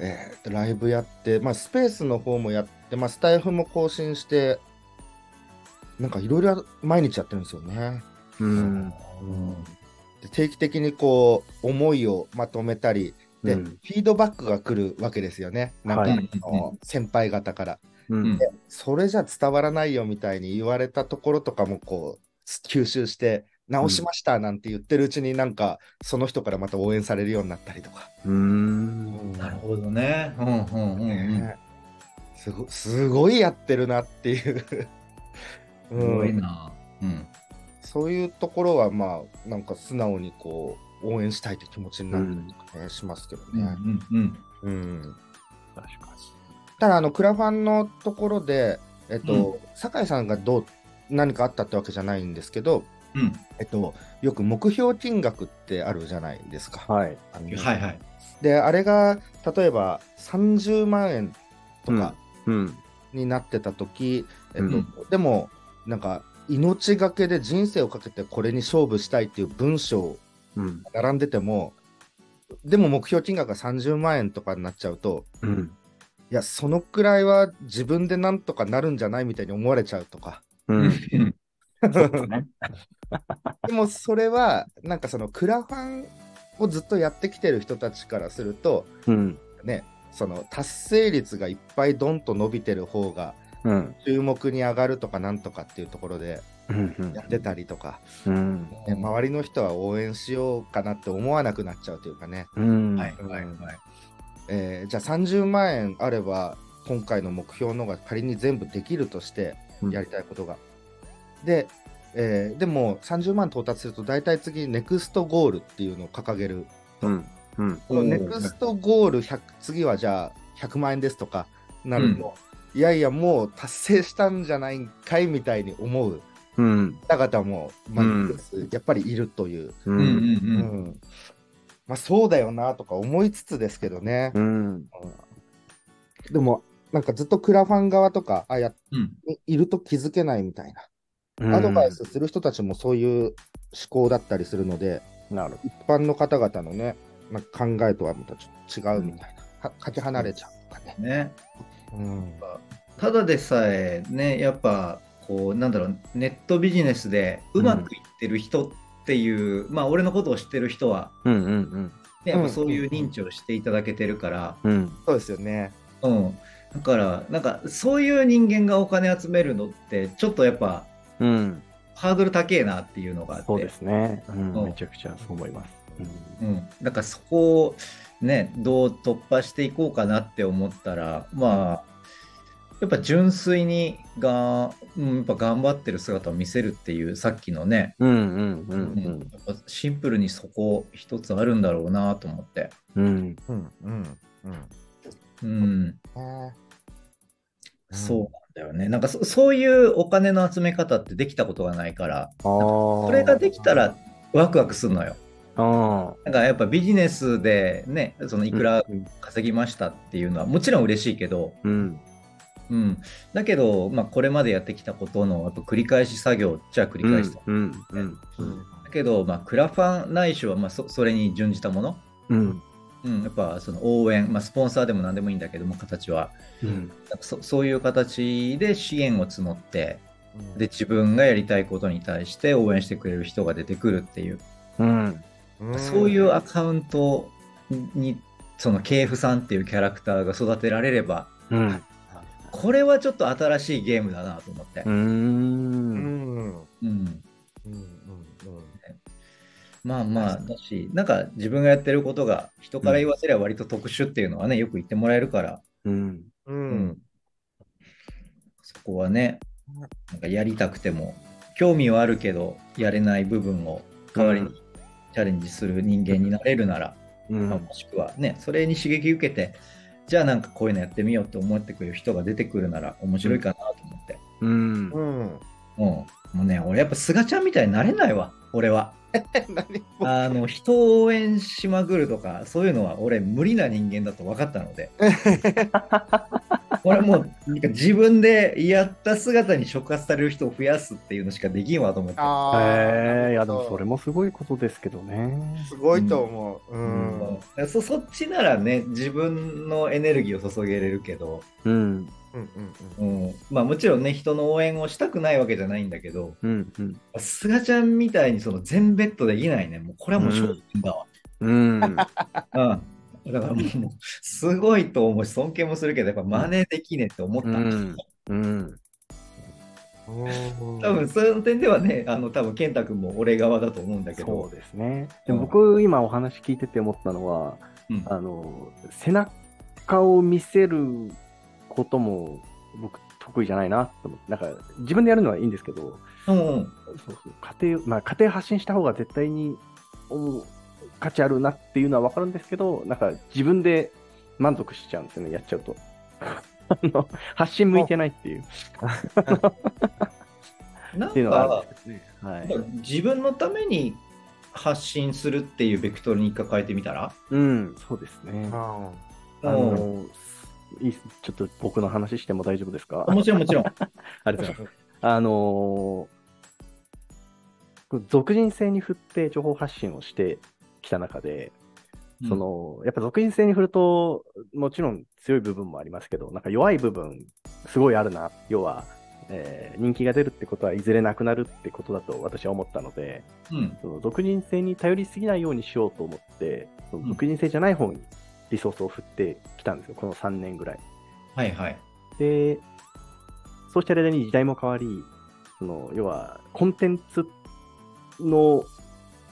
[SPEAKER 2] えーライブやって、まあ、スペースの方もやって、まあ、スタイフも更新して、なんかいろいろ毎日やってるんですよね。
[SPEAKER 1] うん。
[SPEAKER 3] うん
[SPEAKER 2] で定期的にこう思いをまとめたりで、
[SPEAKER 1] うん
[SPEAKER 2] フィードバックが来るわけですよね、なんか、
[SPEAKER 1] はい
[SPEAKER 2] あの先輩方から。
[SPEAKER 1] うん。
[SPEAKER 2] それじゃ伝わらないよみたいに言われたところとかもこう吸収して直しましたなんて言ってるうちになんかその人からまた応援されるようになったりとか、
[SPEAKER 1] うーん。
[SPEAKER 3] なるほどねうんうんうんうん
[SPEAKER 2] ねすごすごいやってるなって いう、
[SPEAKER 3] すご
[SPEAKER 2] う
[SPEAKER 3] い
[SPEAKER 2] ん、
[SPEAKER 3] なうん
[SPEAKER 2] そういうところはまあなんか素直にこう応援したいって気持ちになるとかねしますけど
[SPEAKER 3] うんう
[SPEAKER 2] ね。
[SPEAKER 3] んうん
[SPEAKER 2] うん、
[SPEAKER 1] 確か
[SPEAKER 2] ただあのクラファンのところで、えっと酒井さんがどう何かあったってわけじゃないんですけど、
[SPEAKER 3] うん
[SPEAKER 2] えっと、よく目標金額ってあるじゃないですか。
[SPEAKER 1] に。はい。
[SPEAKER 2] あの
[SPEAKER 3] はいはい。
[SPEAKER 2] であれが例えば30万円とか
[SPEAKER 1] うん。
[SPEAKER 2] になってた時、
[SPEAKER 1] うん
[SPEAKER 2] えっとでもなんか命がけで人生をかけてこれに勝負したいっていう文章
[SPEAKER 1] うん。
[SPEAKER 2] が並んでてもでも目標金額が30万円とかになっちゃうと
[SPEAKER 1] うん。
[SPEAKER 2] いやそのくらいは自分でなんとかなるんじゃないみたいに思われちゃうとか。
[SPEAKER 1] うん。
[SPEAKER 3] うん
[SPEAKER 2] でもそれはなんかそのクラファンをずっとやってきてる人たちからすると
[SPEAKER 1] うん。
[SPEAKER 2] ねその達成率がいっぱいドンと伸びてる方が
[SPEAKER 1] うん。
[SPEAKER 2] 注目に上がるとかなんとかっていうところで
[SPEAKER 1] うん
[SPEAKER 2] やってたりとか、
[SPEAKER 1] うん。
[SPEAKER 2] ね周りの人は応援しようかなって思わなくなっちゃうというかね、
[SPEAKER 1] うん。
[SPEAKER 3] はいはいはい。
[SPEAKER 2] えーじゃあ30万円あれば今回の目標のが仮に全部できるとして
[SPEAKER 1] うん
[SPEAKER 2] やりたいことが。で、えーでも30万到達すると大体次ネクストゴールっていうのを掲げる
[SPEAKER 1] うん。うん。
[SPEAKER 2] この
[SPEAKER 3] おー
[SPEAKER 2] ネクストゴール100次はじゃあ100万円ですとかなると、いやいやもう達成したんじゃないんかいみたいに思う
[SPEAKER 1] うん。
[SPEAKER 2] 方々も、まあ
[SPEAKER 1] うん
[SPEAKER 2] 一定数やっぱりいるという、
[SPEAKER 1] う
[SPEAKER 3] うんうん
[SPEAKER 1] ん。
[SPEAKER 2] う
[SPEAKER 3] うん。
[SPEAKER 2] んまあ、そうだよなとか思いつつですけどね
[SPEAKER 1] う、ん。
[SPEAKER 2] でもなんかずっとクラファン側とかあやっ
[SPEAKER 3] うん
[SPEAKER 2] いると気づけないみたいな、
[SPEAKER 1] うん
[SPEAKER 2] アドバイ。スする人たちもそういう思考だったりするので
[SPEAKER 1] なるほ
[SPEAKER 2] 一般の方々のねなんか考えとはまたちょっと違うみたいな、はかけ離れちゃうとかね。
[SPEAKER 3] ね。
[SPEAKER 2] うん
[SPEAKER 3] ただでさえね、やっぱこうなんだろうネットビジネスでうまくいってる人っていう、まあ俺のことを知ってる人は、
[SPEAKER 1] ど。うんうんうん。
[SPEAKER 3] ね、やっぱそういう認知をしていただけてるから、
[SPEAKER 1] うん。
[SPEAKER 2] そうですよね。
[SPEAKER 3] うん。だからなんかそういう人間がお金集めるのってちょっとやっぱ
[SPEAKER 1] うん。
[SPEAKER 3] ハードル高えなっていうのがあって。
[SPEAKER 1] そうですね、うん
[SPEAKER 3] うん
[SPEAKER 1] めちゃくちゃそう思います。うん
[SPEAKER 3] うん、だからそこをねどう突破していこうかなって思ったらまあやっぱ純粋にが、うん、やっぱ頑張ってる姿を見せるっていうさっきのね、
[SPEAKER 1] うんうんう
[SPEAKER 3] うん
[SPEAKER 1] ん
[SPEAKER 3] やっぱシンプルにそこ一つあるんだろうなと思って、
[SPEAKER 1] うんうん
[SPEAKER 2] うんうんうん
[SPEAKER 3] うん、
[SPEAKER 2] ねうん
[SPEAKER 3] そうなんだよねなんかそそういうお金の集め方ってできたことがないから
[SPEAKER 1] あー
[SPEAKER 3] それができたらワクワクするのよ。
[SPEAKER 1] あ
[SPEAKER 3] なんかやっぱビジネスでねそのい
[SPEAKER 1] い
[SPEAKER 3] くら稼ぎましたっていうのはもちろん嬉しいけど、
[SPEAKER 1] うん
[SPEAKER 3] うん、だけど、まあ、これまでやってきたことのやっぱ繰り返し作業じゃ繰り
[SPEAKER 1] うん
[SPEAKER 3] 返した、
[SPEAKER 1] うんうんうん
[SPEAKER 3] だけど、まあ、クラファンないしは、まあ、そそれに準じたもの、
[SPEAKER 1] うん
[SPEAKER 3] うん、やっぱその応援、まあ、スポンサーでも何でもいいんだけども形は
[SPEAKER 1] うん
[SPEAKER 3] そそういう形で支援を募って
[SPEAKER 2] うん
[SPEAKER 3] で自分がやりたいことに対して応援してくれる人が出てくるっていう、
[SPEAKER 1] うん
[SPEAKER 2] うん
[SPEAKER 3] そういうアカウントにその KF さんっていうキャラクターが育てられれば
[SPEAKER 1] うん
[SPEAKER 3] これはちょっと新しいゲームだなと思って
[SPEAKER 1] う、
[SPEAKER 2] うんんうん
[SPEAKER 3] うん、
[SPEAKER 2] うん
[SPEAKER 3] まあまあ、だし、なんか自分がやってることが人から言わせれば割と特殊っていうのはね、よく言ってもらえるから、
[SPEAKER 1] うん
[SPEAKER 2] う
[SPEAKER 3] うんそこはね、なんかやりたくても、興味はあるけど、やれない部分を代わりに
[SPEAKER 1] うん
[SPEAKER 3] チャレンジする人間になれるなら、
[SPEAKER 1] う
[SPEAKER 3] まあ
[SPEAKER 1] ん
[SPEAKER 3] もしくはね、それに刺激受けて、じゃあなんかこういうのやってみようって思ってくれる人が出てくるなら面白いかなと思って。
[SPEAKER 1] うん
[SPEAKER 2] うん
[SPEAKER 3] うん。もうね、俺やっぱすがちゃんみたいになれないわ、俺は。
[SPEAKER 2] 何
[SPEAKER 3] あの人を応援しまぐるとかそういうのは俺無理な人間だと分かったので俺もうなんか自分でやった姿に触発される人を増やすっていうのしかできんわと思って
[SPEAKER 2] あ
[SPEAKER 1] へえいやでもそ
[SPEAKER 2] れ
[SPEAKER 1] れもすごいことですけどね。
[SPEAKER 2] すごいと思う。うん。
[SPEAKER 1] う
[SPEAKER 3] うんそそっちならね自分のエネルギーを注げれるけど、
[SPEAKER 1] うん
[SPEAKER 2] うんうん
[SPEAKER 3] うん、まあもちろんね人の応援をしたくないわけじゃないんだけど
[SPEAKER 1] うんうん
[SPEAKER 3] すがちゃんみたいにその全ベッドできないねもうこれはもう正直だわ、
[SPEAKER 1] うん
[SPEAKER 3] うん、だからもう、すごいと思うし、尊敬もするけど、やっぱ真似できねえって思った。
[SPEAKER 1] うん うん
[SPEAKER 2] うん。
[SPEAKER 3] 多分、その点ではね、あの、多分健太君も俺側だと思うんだけ
[SPEAKER 1] そ
[SPEAKER 3] ど
[SPEAKER 1] う、ですね。でも僕今お話聞いてて思ったのは
[SPEAKER 3] うん
[SPEAKER 1] あの背中を見せることも僕得意じゃないなと思ってなんか自分でやるのはいいんですけど
[SPEAKER 3] うんうん
[SPEAKER 1] そうそう家庭、まあ、家庭発信した方が絶対にお価値あるなっていうのは分かるんですけどなんか自分で満足しちゃうんですよねやっちゃうと あの発信向いてないっていう
[SPEAKER 3] なん
[SPEAKER 1] っていうのはあ
[SPEAKER 3] か
[SPEAKER 1] るん、ですけどね、は
[SPEAKER 3] や
[SPEAKER 1] い
[SPEAKER 3] っぱ自分のために発信するっていうベクトルに一回変えてみたら、
[SPEAKER 1] うん、そうですね
[SPEAKER 2] あ
[SPEAKER 1] あ
[SPEAKER 3] うん
[SPEAKER 1] のいいっすちょっと僕の話しても大丈夫ですか
[SPEAKER 3] もちろんもちろん。
[SPEAKER 1] ありがとうございます。あのー俗人性に振って情報発信をしてきた中で、そのやっぱ俗人性に振ると、もちろん強い部分もありますけど、なんか弱い部分、すごいあるな、要は、えー人気が出るってことはいずれなくなるってことだと私は思ったので、
[SPEAKER 3] うん、
[SPEAKER 1] その俗人性に頼りすぎないようにしようと思って、その
[SPEAKER 3] うん
[SPEAKER 1] 俗人性じゃない方にリソースを振ってきたんですよ、この3年ぐらい。
[SPEAKER 3] はいはい。
[SPEAKER 1] で、そうした間に時代も変わり、その要はコンテンツの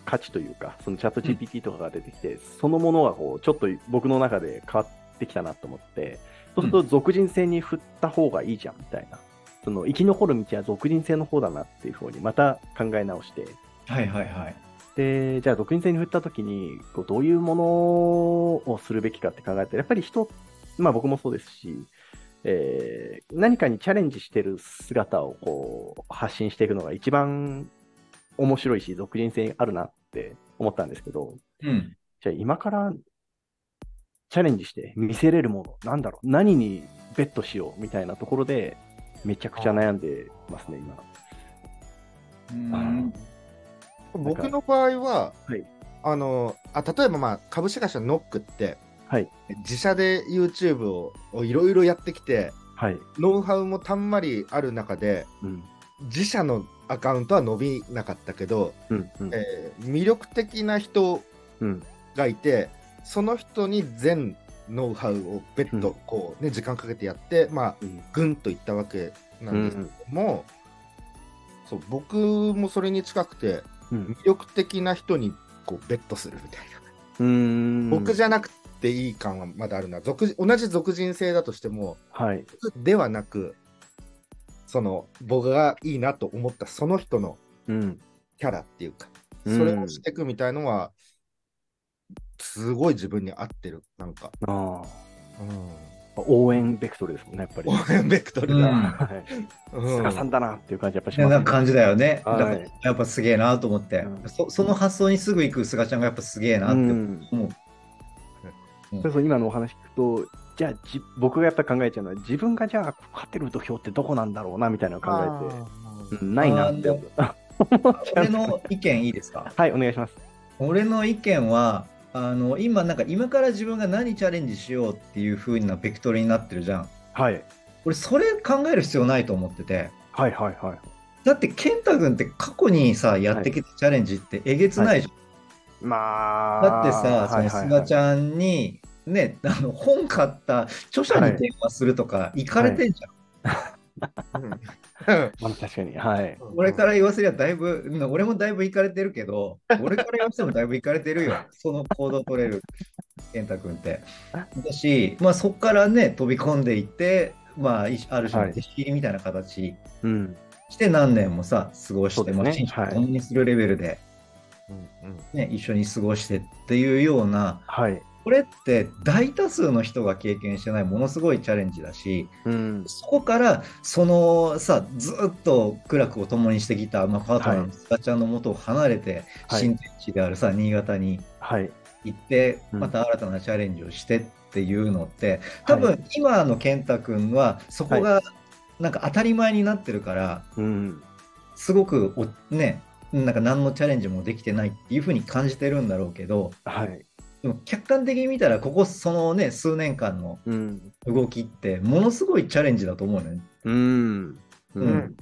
[SPEAKER 1] 価値というか、そのチャット GPT とかが出てきて、そのものがこうちょっと僕の中で変わってきたなと思って、そうすると俗人性に振った方がいいじゃんみたいな、その生き残る道は俗人性の方だなっていうふうにまた考え直して、
[SPEAKER 3] はいはいはい。
[SPEAKER 1] で、じゃあ、独人性に振った時に、こうどういうものをするべきかって考えたら、やっぱり人、まあ僕もそうですし、えー何かにチャレンジしてる姿をこう発信していくのが一番面白いし、独人性あるなって思ったんですけど、
[SPEAKER 3] うん。
[SPEAKER 1] じゃあ今からチャレンジして見せれるもの、なんだろう、何にベットしようみたいなところで、めちゃくちゃ悩んでますね、今。
[SPEAKER 3] うん
[SPEAKER 2] 僕の場合は、
[SPEAKER 1] はい
[SPEAKER 2] あのあ例えば、まあ、株式会社ノックって、
[SPEAKER 1] はい
[SPEAKER 2] 自社で YouTube ををいろいろやってきて
[SPEAKER 1] はい。
[SPEAKER 2] ノウハウもたんまりある中で
[SPEAKER 1] うん。
[SPEAKER 2] 自社のアカウントは伸びなかったけど、
[SPEAKER 1] うん。うん。
[SPEAKER 2] えー魅力的な人
[SPEAKER 1] うん。
[SPEAKER 2] がいてその人に全ノウハウを別途こう、ね時間かけてやって、まあ、
[SPEAKER 1] うん。
[SPEAKER 2] ぐんといったわけな
[SPEAKER 1] うん
[SPEAKER 2] です
[SPEAKER 1] ん。
[SPEAKER 2] けども、そう僕もそれに近くて、
[SPEAKER 1] うん
[SPEAKER 2] 魅力的な人にこうベットするみたいな、
[SPEAKER 1] うーん。
[SPEAKER 2] 僕じゃなくていい感はまだあるな属同じ属人性だとしても
[SPEAKER 1] はい。
[SPEAKER 2] ではなくその僕がいいなと思ったその人の
[SPEAKER 1] うん。
[SPEAKER 2] キャラっていうか
[SPEAKER 1] うん
[SPEAKER 2] それをしていくみたいのは、すごい自分に合ってるなんか、
[SPEAKER 1] ああ。
[SPEAKER 2] うん、
[SPEAKER 1] 応援ベクトルですもんね、やっぱり。
[SPEAKER 2] 応援 ベクト
[SPEAKER 3] う
[SPEAKER 2] ル
[SPEAKER 3] ん、
[SPEAKER 2] が、
[SPEAKER 1] はい。
[SPEAKER 2] うん
[SPEAKER 1] 菅さんだなっていう感じ、やっぱし
[SPEAKER 3] いや
[SPEAKER 1] ます、ね。
[SPEAKER 3] なんか感じだよね。だ
[SPEAKER 1] はい
[SPEAKER 3] からやっぱすげえなと思って、
[SPEAKER 1] うん
[SPEAKER 3] そその発想にすぐ行く菅ちゃんがやっぱすげえなっ
[SPEAKER 1] う
[SPEAKER 3] て
[SPEAKER 1] ん。
[SPEAKER 3] 思う。
[SPEAKER 1] そうそう、今のお話聞くと、じゃあじ、僕がやっぱ考えちゃうのは、自分がじゃあ、勝てる土俵ってどこなんだろうな、みたいなのを考えて、うんないなって思う。
[SPEAKER 3] 俺の意見いいですか
[SPEAKER 1] はい、お願いします。
[SPEAKER 3] 俺の意見はあの今なんか今から自分が何チャレンジしようっていう風なベクトルになってるじゃん。
[SPEAKER 1] はい。
[SPEAKER 3] 俺それ考える必要ないと思ってて。
[SPEAKER 1] はいはいはい。
[SPEAKER 3] だって健太君って過去にさやってきたチャレンジってえげつないじゃ
[SPEAKER 1] ま
[SPEAKER 3] ん。
[SPEAKER 1] あ。
[SPEAKER 3] だってさ、その菅ち
[SPEAKER 1] ん。
[SPEAKER 3] ゃんにねあの本買った著者に電話するとか行かれてんじゃん。
[SPEAKER 2] うん
[SPEAKER 1] まあ確かに。はい。
[SPEAKER 3] 俺から言わせりゃだいぶ、うん俺もだいぶ行かれてるけど、 俺から言わせてもだいぶ行かれてるよ。その行動取れる、健太君って。だし、まあそこからね、飛び込んでいって、まあいある種
[SPEAKER 1] は
[SPEAKER 3] の
[SPEAKER 1] い
[SPEAKER 3] 手切りみたいな形
[SPEAKER 1] うん。
[SPEAKER 3] して何年もさ、過ごし
[SPEAKER 1] そ
[SPEAKER 3] て、
[SPEAKER 1] う
[SPEAKER 3] ま
[SPEAKER 1] で
[SPEAKER 3] あ
[SPEAKER 1] すね
[SPEAKER 3] 心身共にするレベルで、ね一緒に過ごしてっていうような、
[SPEAKER 1] はい。
[SPEAKER 3] これって大多数の人が経験してないものすごいチャレンジだし、
[SPEAKER 1] うん。
[SPEAKER 3] そこからそのさずっと苦楽を共にしてきた、まあ、パートナー
[SPEAKER 1] は
[SPEAKER 3] のスカちゃんの元を離れて、
[SPEAKER 1] はい
[SPEAKER 3] 新天地であるさ新潟に
[SPEAKER 1] はい。
[SPEAKER 3] 行って
[SPEAKER 1] うん
[SPEAKER 3] また新たなチャレンジをしてっていうのって多
[SPEAKER 1] は
[SPEAKER 3] 分今の健太君はそこがなんか当たり前になってるから
[SPEAKER 1] うん。
[SPEAKER 3] すごくおねなんか何のチャレンジもできてないっていうふうに感じてるんだろうけど
[SPEAKER 1] はい。
[SPEAKER 3] でも客観的に見たらここそのね数年間の
[SPEAKER 1] うん。
[SPEAKER 3] 動きってものすごいチャレンジだと思うのね。
[SPEAKER 1] うん。う
[SPEAKER 3] うん
[SPEAKER 1] ん。
[SPEAKER 3] だか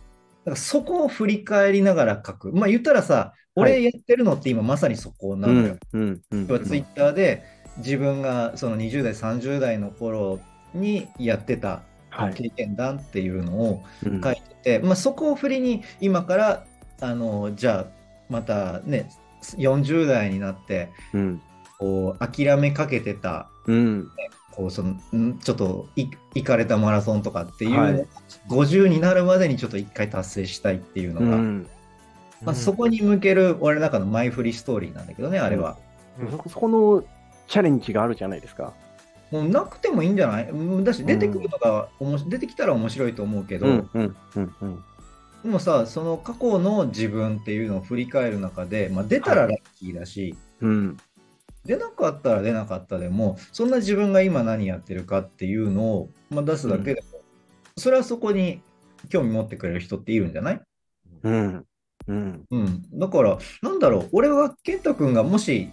[SPEAKER 3] らそこを振り返りながら書く。まあ言ったらさ、
[SPEAKER 1] はい
[SPEAKER 3] 俺やってるのって今まさにそこな
[SPEAKER 1] う
[SPEAKER 3] のよ
[SPEAKER 1] ん。。うん。うん
[SPEAKER 3] 要はツイッターで自分がその20代、30代の頃にやってた
[SPEAKER 1] はい。
[SPEAKER 3] 経験談っていうのを
[SPEAKER 1] うん
[SPEAKER 3] 書いてて、まあそこを振りに今から、あの、じゃあまたね、40代になって、
[SPEAKER 1] うん。
[SPEAKER 3] こう、諦めかけてた、
[SPEAKER 1] うん。
[SPEAKER 3] こう、その、んちょっとい、いかれたマラソンとかっていうのを、
[SPEAKER 1] はい
[SPEAKER 3] 50になるまでにちょっと一回達成したいっていうの
[SPEAKER 1] う
[SPEAKER 3] が、
[SPEAKER 1] ん。
[SPEAKER 3] まあ、そこに向ける俺の中の前振りストーリーなんだけどね、あれは。
[SPEAKER 1] そこそこのチャレンジがあるじゃないですか。
[SPEAKER 3] もうなくてもいいんじゃないうんだし、出てくるのが、おもし出てきたら面白いと思うけど、
[SPEAKER 1] うんうんうんうん。
[SPEAKER 3] でもさ、その過去の自分っていうのを振り返る中で、まあ、出たらラッキーだし、
[SPEAKER 1] うん
[SPEAKER 3] 出なかったら出なかったでも、そんな自分が今何やってるかっていうのを、まあ、出すだけでも、それはそこに興味持ってくれる人っているんじゃない
[SPEAKER 1] うんうん
[SPEAKER 3] うん、だから、なんだろう、俺は健太君がもし、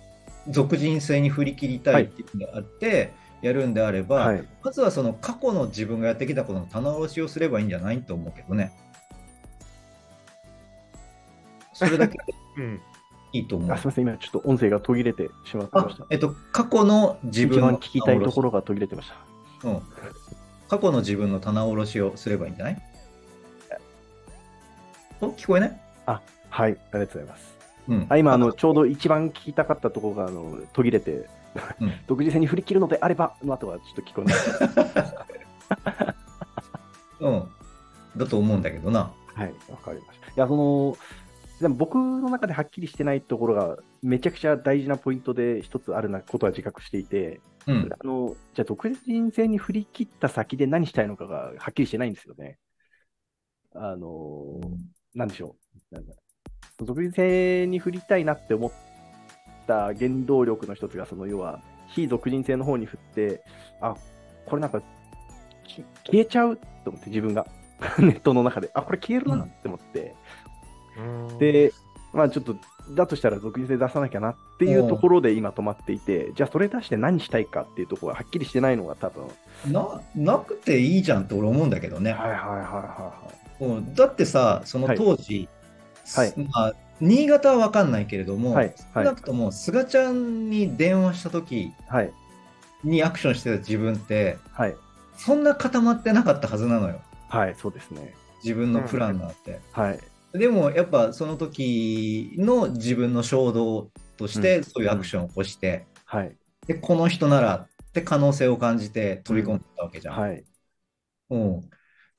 [SPEAKER 3] 俗人性に振り切りたいっていうのがあって、やるんであれば、
[SPEAKER 1] はい。
[SPEAKER 3] まずはその過去の自分がやってきたことの棚卸しをすればいいんじゃないと思うけどね。それだけで
[SPEAKER 2] うん
[SPEAKER 3] いいと思 う
[SPEAKER 1] あす。みません、今ちょっと音声が途切れてしまってまし
[SPEAKER 3] あ
[SPEAKER 1] た。
[SPEAKER 3] えっと、過去の自
[SPEAKER 1] 一
[SPEAKER 3] 分
[SPEAKER 1] 番
[SPEAKER 3] の
[SPEAKER 1] 聞きたいところが途切れてました。
[SPEAKER 3] ろ、うん。過去の自分の棚卸しをすればいいんじゃないお聞こえない
[SPEAKER 1] はい、ありがとうございます。
[SPEAKER 3] うん。
[SPEAKER 1] あ今あの、ちょうど一番聞きたかったところがあの途切れて、
[SPEAKER 3] うん
[SPEAKER 1] 独自性に振り切るのであれば、の後はちょっと聞こえない。
[SPEAKER 3] うん。だと思うんだけどな。
[SPEAKER 1] はい、わかりました。いや、その、でも僕の中ではっきりしてないところが、めちゃくちゃ大事なポイントで一つあるなことは自覚していて、
[SPEAKER 3] うん。
[SPEAKER 1] あのじゃあ、独人性に振り切った先で何したいのかがはっきりしてないんですよね。あの、なんでしょう。なんだ独立性に振りたいなって思った原動力の一つが、その要は、非属人性の方に振って、あ、これなんか、き消えちゃうと思って、自分が。 ネットの中で。あ、これ消えるなって思って。で、まあちょっと、だとしたら属人性出さなきゃなっていうところで今止まっていて、じゃあそれ出して何したいかっていうところがはっきりしてないのが多分。はい
[SPEAKER 3] ななくていいじゃんって俺思うんだけどね、
[SPEAKER 1] はいはいは
[SPEAKER 3] うんだってさその当時、
[SPEAKER 1] はい
[SPEAKER 3] すまあ、新潟は分かんないけれども、
[SPEAKER 1] はいはい
[SPEAKER 3] 少なくとも菅ちゃんに電話した時
[SPEAKER 1] いはい。はい。
[SPEAKER 3] にアクションしてた自分って
[SPEAKER 1] はい。
[SPEAKER 3] そんな固まってなかったはずなのよ
[SPEAKER 1] はい、そうですね。
[SPEAKER 3] 自分のプランなんて、
[SPEAKER 1] はい。
[SPEAKER 3] でもやっぱその時の自分の衝動としてそういうアクションを起こして、
[SPEAKER 1] はい。
[SPEAKER 3] でこの人ならって可能性を感じて飛び込んでたわけじゃん。
[SPEAKER 1] はい。
[SPEAKER 3] うん。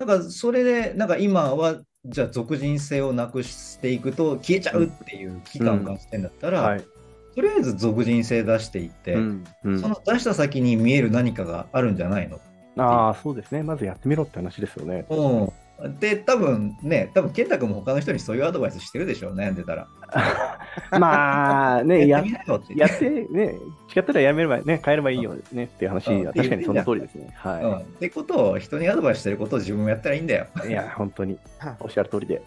[SPEAKER 3] なんかそれでなんか今はじゃあ俗人性をなくしていくと消えちゃうっていう期間がしてんだったら、
[SPEAKER 1] はい。
[SPEAKER 3] とりあえず俗人性出していって、
[SPEAKER 1] うんうん
[SPEAKER 3] その出した先に見える何かがあるんじゃないの
[SPEAKER 1] ああ、そうですね。まずやってみろって話ですよ ね。
[SPEAKER 3] うん。で、多分ね、多分健太君も他の人にそういうアドバイスしてるでしょう、悩んでたら。
[SPEAKER 1] まあ、ね、
[SPEAKER 3] や
[SPEAKER 1] や
[SPEAKER 3] ってみなよって
[SPEAKER 1] やって、ね、違ったらやめればね、変えればいいよねっていう話
[SPEAKER 3] うん
[SPEAKER 1] は確かにその通りですね。
[SPEAKER 3] うん。
[SPEAKER 1] は
[SPEAKER 3] ってことを、人にアドバイスしてることを自分もやったらいいんだよ。
[SPEAKER 1] い。いや、本当に、おっしゃる通りで。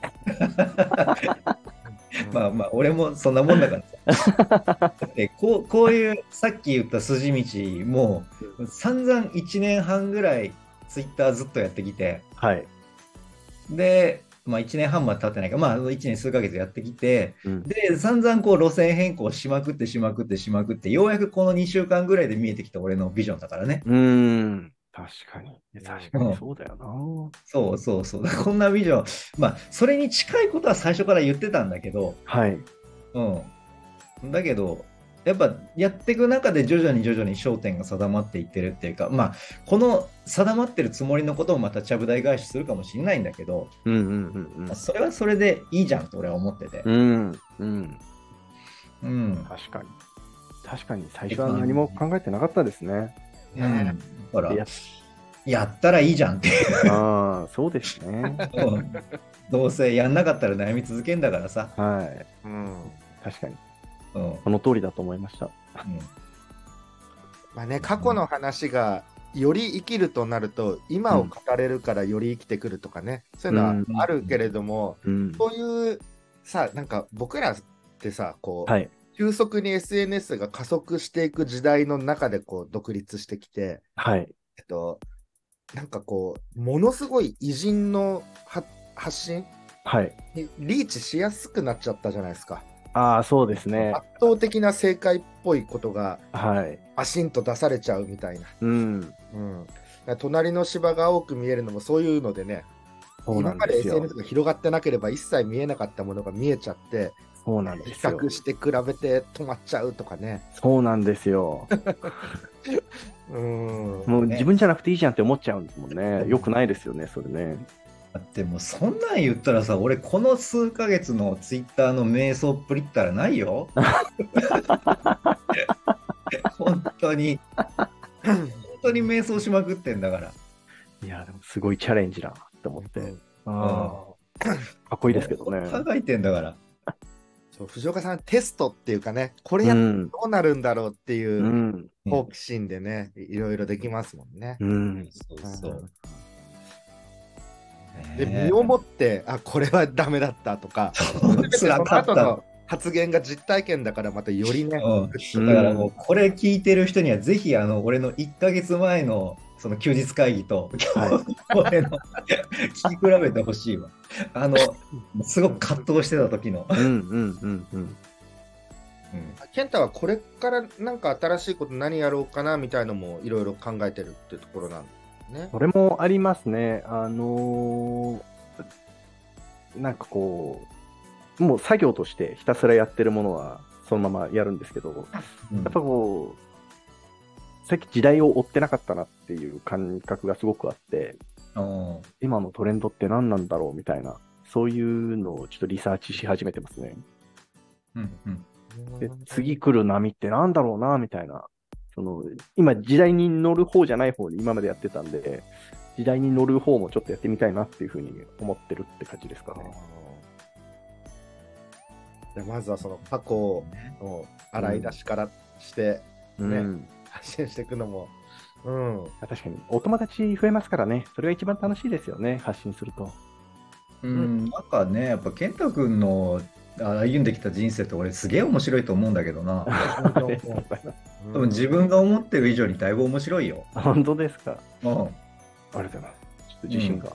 [SPEAKER 3] まあまあ、俺もそんなもんだからさ。だってこう、こういう、さっき言った筋道も、散々1年半ぐらい、ツイッターずっとやってきて、
[SPEAKER 1] はい。
[SPEAKER 3] で、まあ1年半まで経ってないか、まあ1年数ヶ月やってきて、
[SPEAKER 1] うん
[SPEAKER 3] で、散々こう路線変更しまくってしまくってしまくって、ようやくこの2週間ぐらいで見えてきた俺のビジョンだからね。
[SPEAKER 1] うーん。確かに。確かにそうだよな。
[SPEAKER 3] そうそうそう。こんなビジョン、まあそれに近いことは最初から言ってたんだけど、
[SPEAKER 1] はい。
[SPEAKER 3] うん。だけど、やっぱやっていく中で徐々に徐々に焦点が定まっていってるっていうか、まあこの定まってるつもりのことをまたちゃぶ台返しするかもしれないんだけど、
[SPEAKER 1] うんうんうん
[SPEAKER 3] まあそれはそれでいいじゃんと俺は思ってて
[SPEAKER 1] う。ん。うん。うん。
[SPEAKER 3] うん。
[SPEAKER 1] 確かに。確かに、最初は何も考えてなかったですね。
[SPEAKER 3] うん、だから
[SPEAKER 1] や
[SPEAKER 3] やったらいいじゃんって、
[SPEAKER 1] ああ、そうですね。
[SPEAKER 3] うんどうせやんなかったら悩み続けんだからさ、
[SPEAKER 1] はい。
[SPEAKER 2] うん
[SPEAKER 1] 確かに。
[SPEAKER 3] うんうん
[SPEAKER 1] この通りだと思いました。
[SPEAKER 2] まあね、過去の話がより生きるとなると、今を語れるからより生きてくるとかね、そういうのはあるけれども、
[SPEAKER 1] うん。
[SPEAKER 2] そういうさ、なんか僕らってさ、こう、
[SPEAKER 1] はい。
[SPEAKER 2] 急速に SNS が加速していく時代の中でこう独立してきて、
[SPEAKER 1] はい。
[SPEAKER 2] えっと、なんかこう、ものすごい偉人のは発信
[SPEAKER 1] はい。
[SPEAKER 2] にリーチしやすくなっちゃったじゃないですか。
[SPEAKER 1] ああ、そうですね。
[SPEAKER 2] 圧倒的な正解っぽいことが
[SPEAKER 1] はい。
[SPEAKER 2] バシンと出されちゃうみたいな。
[SPEAKER 1] うん。
[SPEAKER 2] うん、だから隣の芝が青く見えるのもそういうのでね、
[SPEAKER 1] そうな
[SPEAKER 2] 今
[SPEAKER 1] ん
[SPEAKER 2] まで
[SPEAKER 1] ですよ
[SPEAKER 2] SNS。が広がってなければ一切見えなかったものが見えちゃって、
[SPEAKER 1] そうなんで
[SPEAKER 2] 比
[SPEAKER 1] すよ。
[SPEAKER 2] 較して比べて止まっちゃうとかね。
[SPEAKER 1] そうなんですよ。
[SPEAKER 2] うん
[SPEAKER 1] もう
[SPEAKER 3] ね
[SPEAKER 1] 自分じゃなくていいじゃんって思っちゃうんですもんね。よくないですよね、それね。
[SPEAKER 3] だってもうそんなん言ったらさ俺この数ヶ月のツイッターの瞑想っぷりったらな いよ本当に本当に瞑想しまくってんだから
[SPEAKER 1] いや、でもすごいチャレンジだなって思って。
[SPEAKER 2] うん
[SPEAKER 1] ああ。かっこいいですけどね。
[SPEAKER 3] 考えてんだから
[SPEAKER 2] そう藤岡さん、テストっていうかね、これ
[SPEAKER 1] う
[SPEAKER 2] やったら
[SPEAKER 1] ん。。
[SPEAKER 2] どうなるんだろうっていううん好奇心でね、いろいろできますもんね。
[SPEAKER 1] うん。
[SPEAKER 3] そうそう、
[SPEAKER 2] で
[SPEAKER 3] ねえ
[SPEAKER 2] 身をもって、あこれはダメだったとか、
[SPEAKER 3] つらかっ
[SPEAKER 2] その後
[SPEAKER 3] た
[SPEAKER 2] の発言が実体験だから、またよりね、
[SPEAKER 3] うんだからもうこれ聞いてる人にはぜひあの俺の1ヶ月前のその休日会議と今日の俺の聞き比べてほしいわ。あのすごく葛藤してた時の。
[SPEAKER 1] うんうんうんうん。
[SPEAKER 2] 健太はこれからなんか新しいこと何やろうかなみたいのもいろいろ考えてるってところなんですね。
[SPEAKER 1] それもありますね。あのーなんかこう、もう作業としてひたすらやってるものはそのままやるんですけど、
[SPEAKER 3] うん
[SPEAKER 1] やっぱこう、さっき時代を追ってなかったなっていう感覚がすごくあって、
[SPEAKER 3] うん
[SPEAKER 1] 今のトレンドって何なんだろうみたいな、そういうのをちょっとリサーチし始めてますね。
[SPEAKER 3] うんうん
[SPEAKER 1] で、次来る波って何だろうなみたいな、その、今時代に乗る方じゃない方に今までやってたんで、時代に乗る方もちょっとやってみたいなっていうふうに思ってるって感じですかね。
[SPEAKER 2] でまずはその過去の洗い出しからして
[SPEAKER 1] うん
[SPEAKER 2] 発信していくのも、うん、
[SPEAKER 1] 確かに、お友達増えますからね、それが一番楽しいですよね、発信する と。
[SPEAKER 3] うんなんかねやっぱ健太君の歩んできた人生って俺すげえ面白いと思うんだけどな。
[SPEAKER 1] ありがとうございます
[SPEAKER 3] 多分自分が思ってる以上にだいぶ面白いよ。
[SPEAKER 1] 本当ですか。
[SPEAKER 3] うん
[SPEAKER 1] ありがとうございます。ちょっと自信が、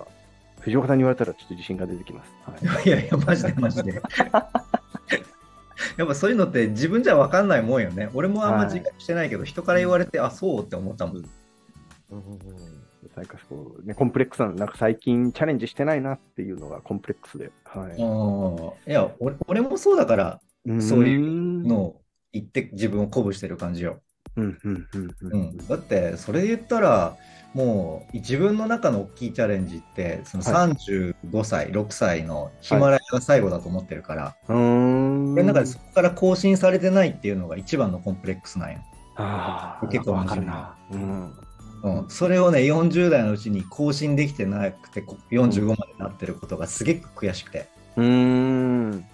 [SPEAKER 1] 藤岡さんに言われたらちょっと自信が出てきます。はい、
[SPEAKER 3] いやいや、マジでマジで。 やっぱそういうのって自分じゃ分かんないもんよね。俺もあんま自覚してないけど、人から言われて、あ、そうって思ったもん。
[SPEAKER 2] うんうんうん
[SPEAKER 1] なんかこう、ね、コンプレックスなの、なんか最近チャレンジしてないなっていうのがコンプレックスで。はい。
[SPEAKER 3] いや俺、俺もそうだから、
[SPEAKER 1] ん
[SPEAKER 3] そういうのを言って自分を鼓舞してる感じよ。
[SPEAKER 1] うんうんうんう
[SPEAKER 3] うんん、だって、それで言ったら、もう自分の中の大きいチャレンジって、その
[SPEAKER 1] は
[SPEAKER 3] 35歳、6歳のヒマラヤが最後だと思ってるから、
[SPEAKER 1] うん。うーん。
[SPEAKER 3] 俺の中でそこから更新されてないっていうのが一番のコンプレックスなんよ。
[SPEAKER 1] ああ、
[SPEAKER 3] 結構
[SPEAKER 1] わ
[SPEAKER 3] 面
[SPEAKER 1] か
[SPEAKER 3] 白
[SPEAKER 1] る
[SPEAKER 3] い
[SPEAKER 1] な。うん。
[SPEAKER 3] うん、それをね40代のうちに更新できてなくてこ45までなってることがすげく悔しくて
[SPEAKER 1] うーん。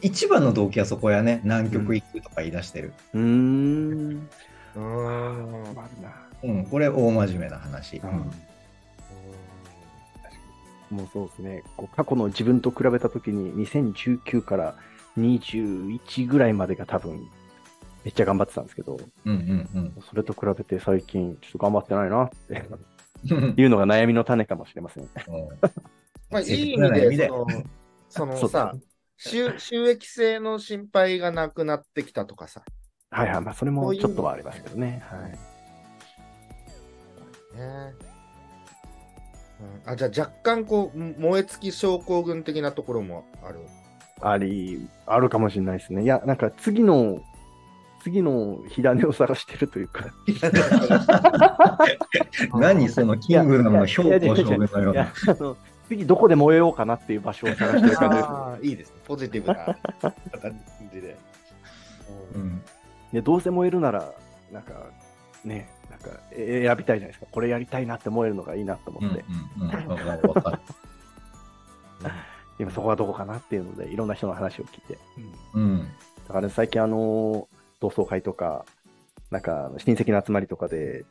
[SPEAKER 3] 一番の動機はそこやね南極行くとか言い出してる、
[SPEAKER 1] うーん。
[SPEAKER 2] うん
[SPEAKER 1] わかるな。
[SPEAKER 3] うんこれ大真面目な話、
[SPEAKER 1] うんもうそうですね、こう過去の自分と比べたときに、2019から21ぐらいまでが多分、めっちゃ頑張ってたんですけど、
[SPEAKER 3] うん、うん
[SPEAKER 1] それと比べて最近、ちょっと頑張ってないなって
[SPEAKER 3] うんうん
[SPEAKER 1] いうのが悩みの種かもしれません。
[SPEAKER 2] まあ、い
[SPEAKER 3] せっ
[SPEAKER 2] い意
[SPEAKER 3] かくなら意
[SPEAKER 2] 味
[SPEAKER 3] 味
[SPEAKER 2] で
[SPEAKER 3] で
[SPEAKER 2] その、その
[SPEAKER 1] そう
[SPEAKER 2] さ収、収益性の心配がなくなってきたとかさ、
[SPEAKER 1] はいはい、まあ、それもちょっとはありますけどね。はい、
[SPEAKER 2] ねうん、あじゃあ若干こう燃え尽き症候群的なところもある。
[SPEAKER 1] あり、あるかもしれないですね。いや、なんか次の、次の火種を探してるというか、
[SPEAKER 3] 何そのキングダムの
[SPEAKER 1] いや
[SPEAKER 3] 標
[SPEAKER 1] いや
[SPEAKER 3] 高
[SPEAKER 1] いや
[SPEAKER 3] 将軍のよう
[SPEAKER 1] いや
[SPEAKER 3] な
[SPEAKER 1] あの次どこで燃えようかなっていう場所を探してる感じですね。
[SPEAKER 2] あーいいですね。ポジティブな感じで。
[SPEAKER 3] う
[SPEAKER 2] うん
[SPEAKER 3] ん
[SPEAKER 1] でどうせ燃えるなら、なんかね、なんかえ選びたいじゃないですか、これやりたいなって燃えるのがいいなと
[SPEAKER 3] う
[SPEAKER 1] 思
[SPEAKER 3] ん
[SPEAKER 1] っ
[SPEAKER 3] う
[SPEAKER 1] て、
[SPEAKER 3] んうんわかるわかる
[SPEAKER 1] 今そこはどこかなっていうので、いろんな人の話を聞いて、
[SPEAKER 3] うん
[SPEAKER 1] だから、最近、あの同窓会とか、なんか親戚の集まりとかで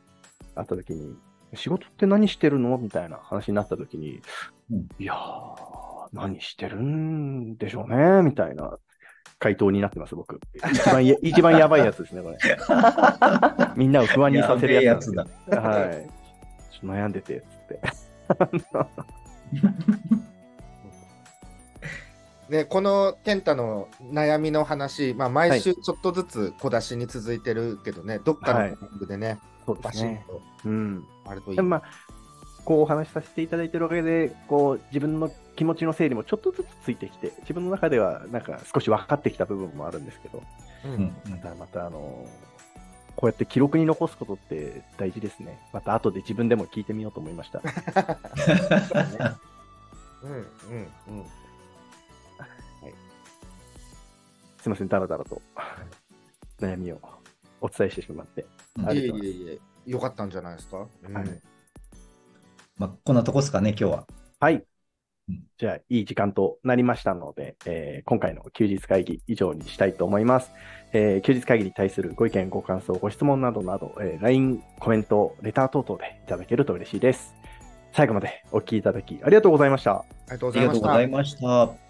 [SPEAKER 1] 会った時に、仕事って何してるのみたいな話になった時に、
[SPEAKER 3] うん
[SPEAKER 1] いやー、何してるんでしょうね、みたいな。回答になってます、僕。一番 や一番やばいやつですね、これ。みんなを不安にさせるやつなんですよ
[SPEAKER 3] やべ
[SPEAKER 1] はい。ちょっと悩んでて、つって。
[SPEAKER 3] えやつだ
[SPEAKER 2] ね、この健太の悩みの話、まあ、毎週ちょっとずつ小出しに続いてるけどね、どっかのタイミングでね、
[SPEAKER 1] そう
[SPEAKER 2] バシッ。と
[SPEAKER 1] うん。
[SPEAKER 2] あるといい
[SPEAKER 1] でもまあ、こうお話しさせていただいてるおかげで、こう、自分の気持ちの整理もちょっとずつついてきて、自分の中では、なんか少し分かってきた部分もあるんですけど、
[SPEAKER 2] うん
[SPEAKER 3] うん
[SPEAKER 1] また、また、あのこうやって記録に残すことって大事ですね。また後で自分でも聞いてみようと思いま した。
[SPEAKER 2] うんうんうん
[SPEAKER 1] すいません、だらだらと悩みをお伝えしてしまって。
[SPEAKER 3] うん
[SPEAKER 1] あ
[SPEAKER 2] い
[SPEAKER 1] り
[SPEAKER 2] え
[SPEAKER 1] がとうございます
[SPEAKER 2] いえいえ、よかったんじゃないですか。うん
[SPEAKER 1] はい
[SPEAKER 3] まあこんなとこっすかね今日は
[SPEAKER 1] はい
[SPEAKER 3] うん。
[SPEAKER 1] じゃあ、いい時間となりましたので、えー今回の休日会議以上にしたいと思います。えー休日会議に対するご意見、ご感想、ご質問などなど、えー LINE、コメント、レター等々でいただけると嬉しいです。最後までお聞きいただきありがとうございました。
[SPEAKER 2] ありがとうご
[SPEAKER 3] あ
[SPEAKER 2] ざ
[SPEAKER 3] り
[SPEAKER 2] いま
[SPEAKER 3] がとう
[SPEAKER 2] し
[SPEAKER 3] ご
[SPEAKER 2] た
[SPEAKER 3] ざい。ました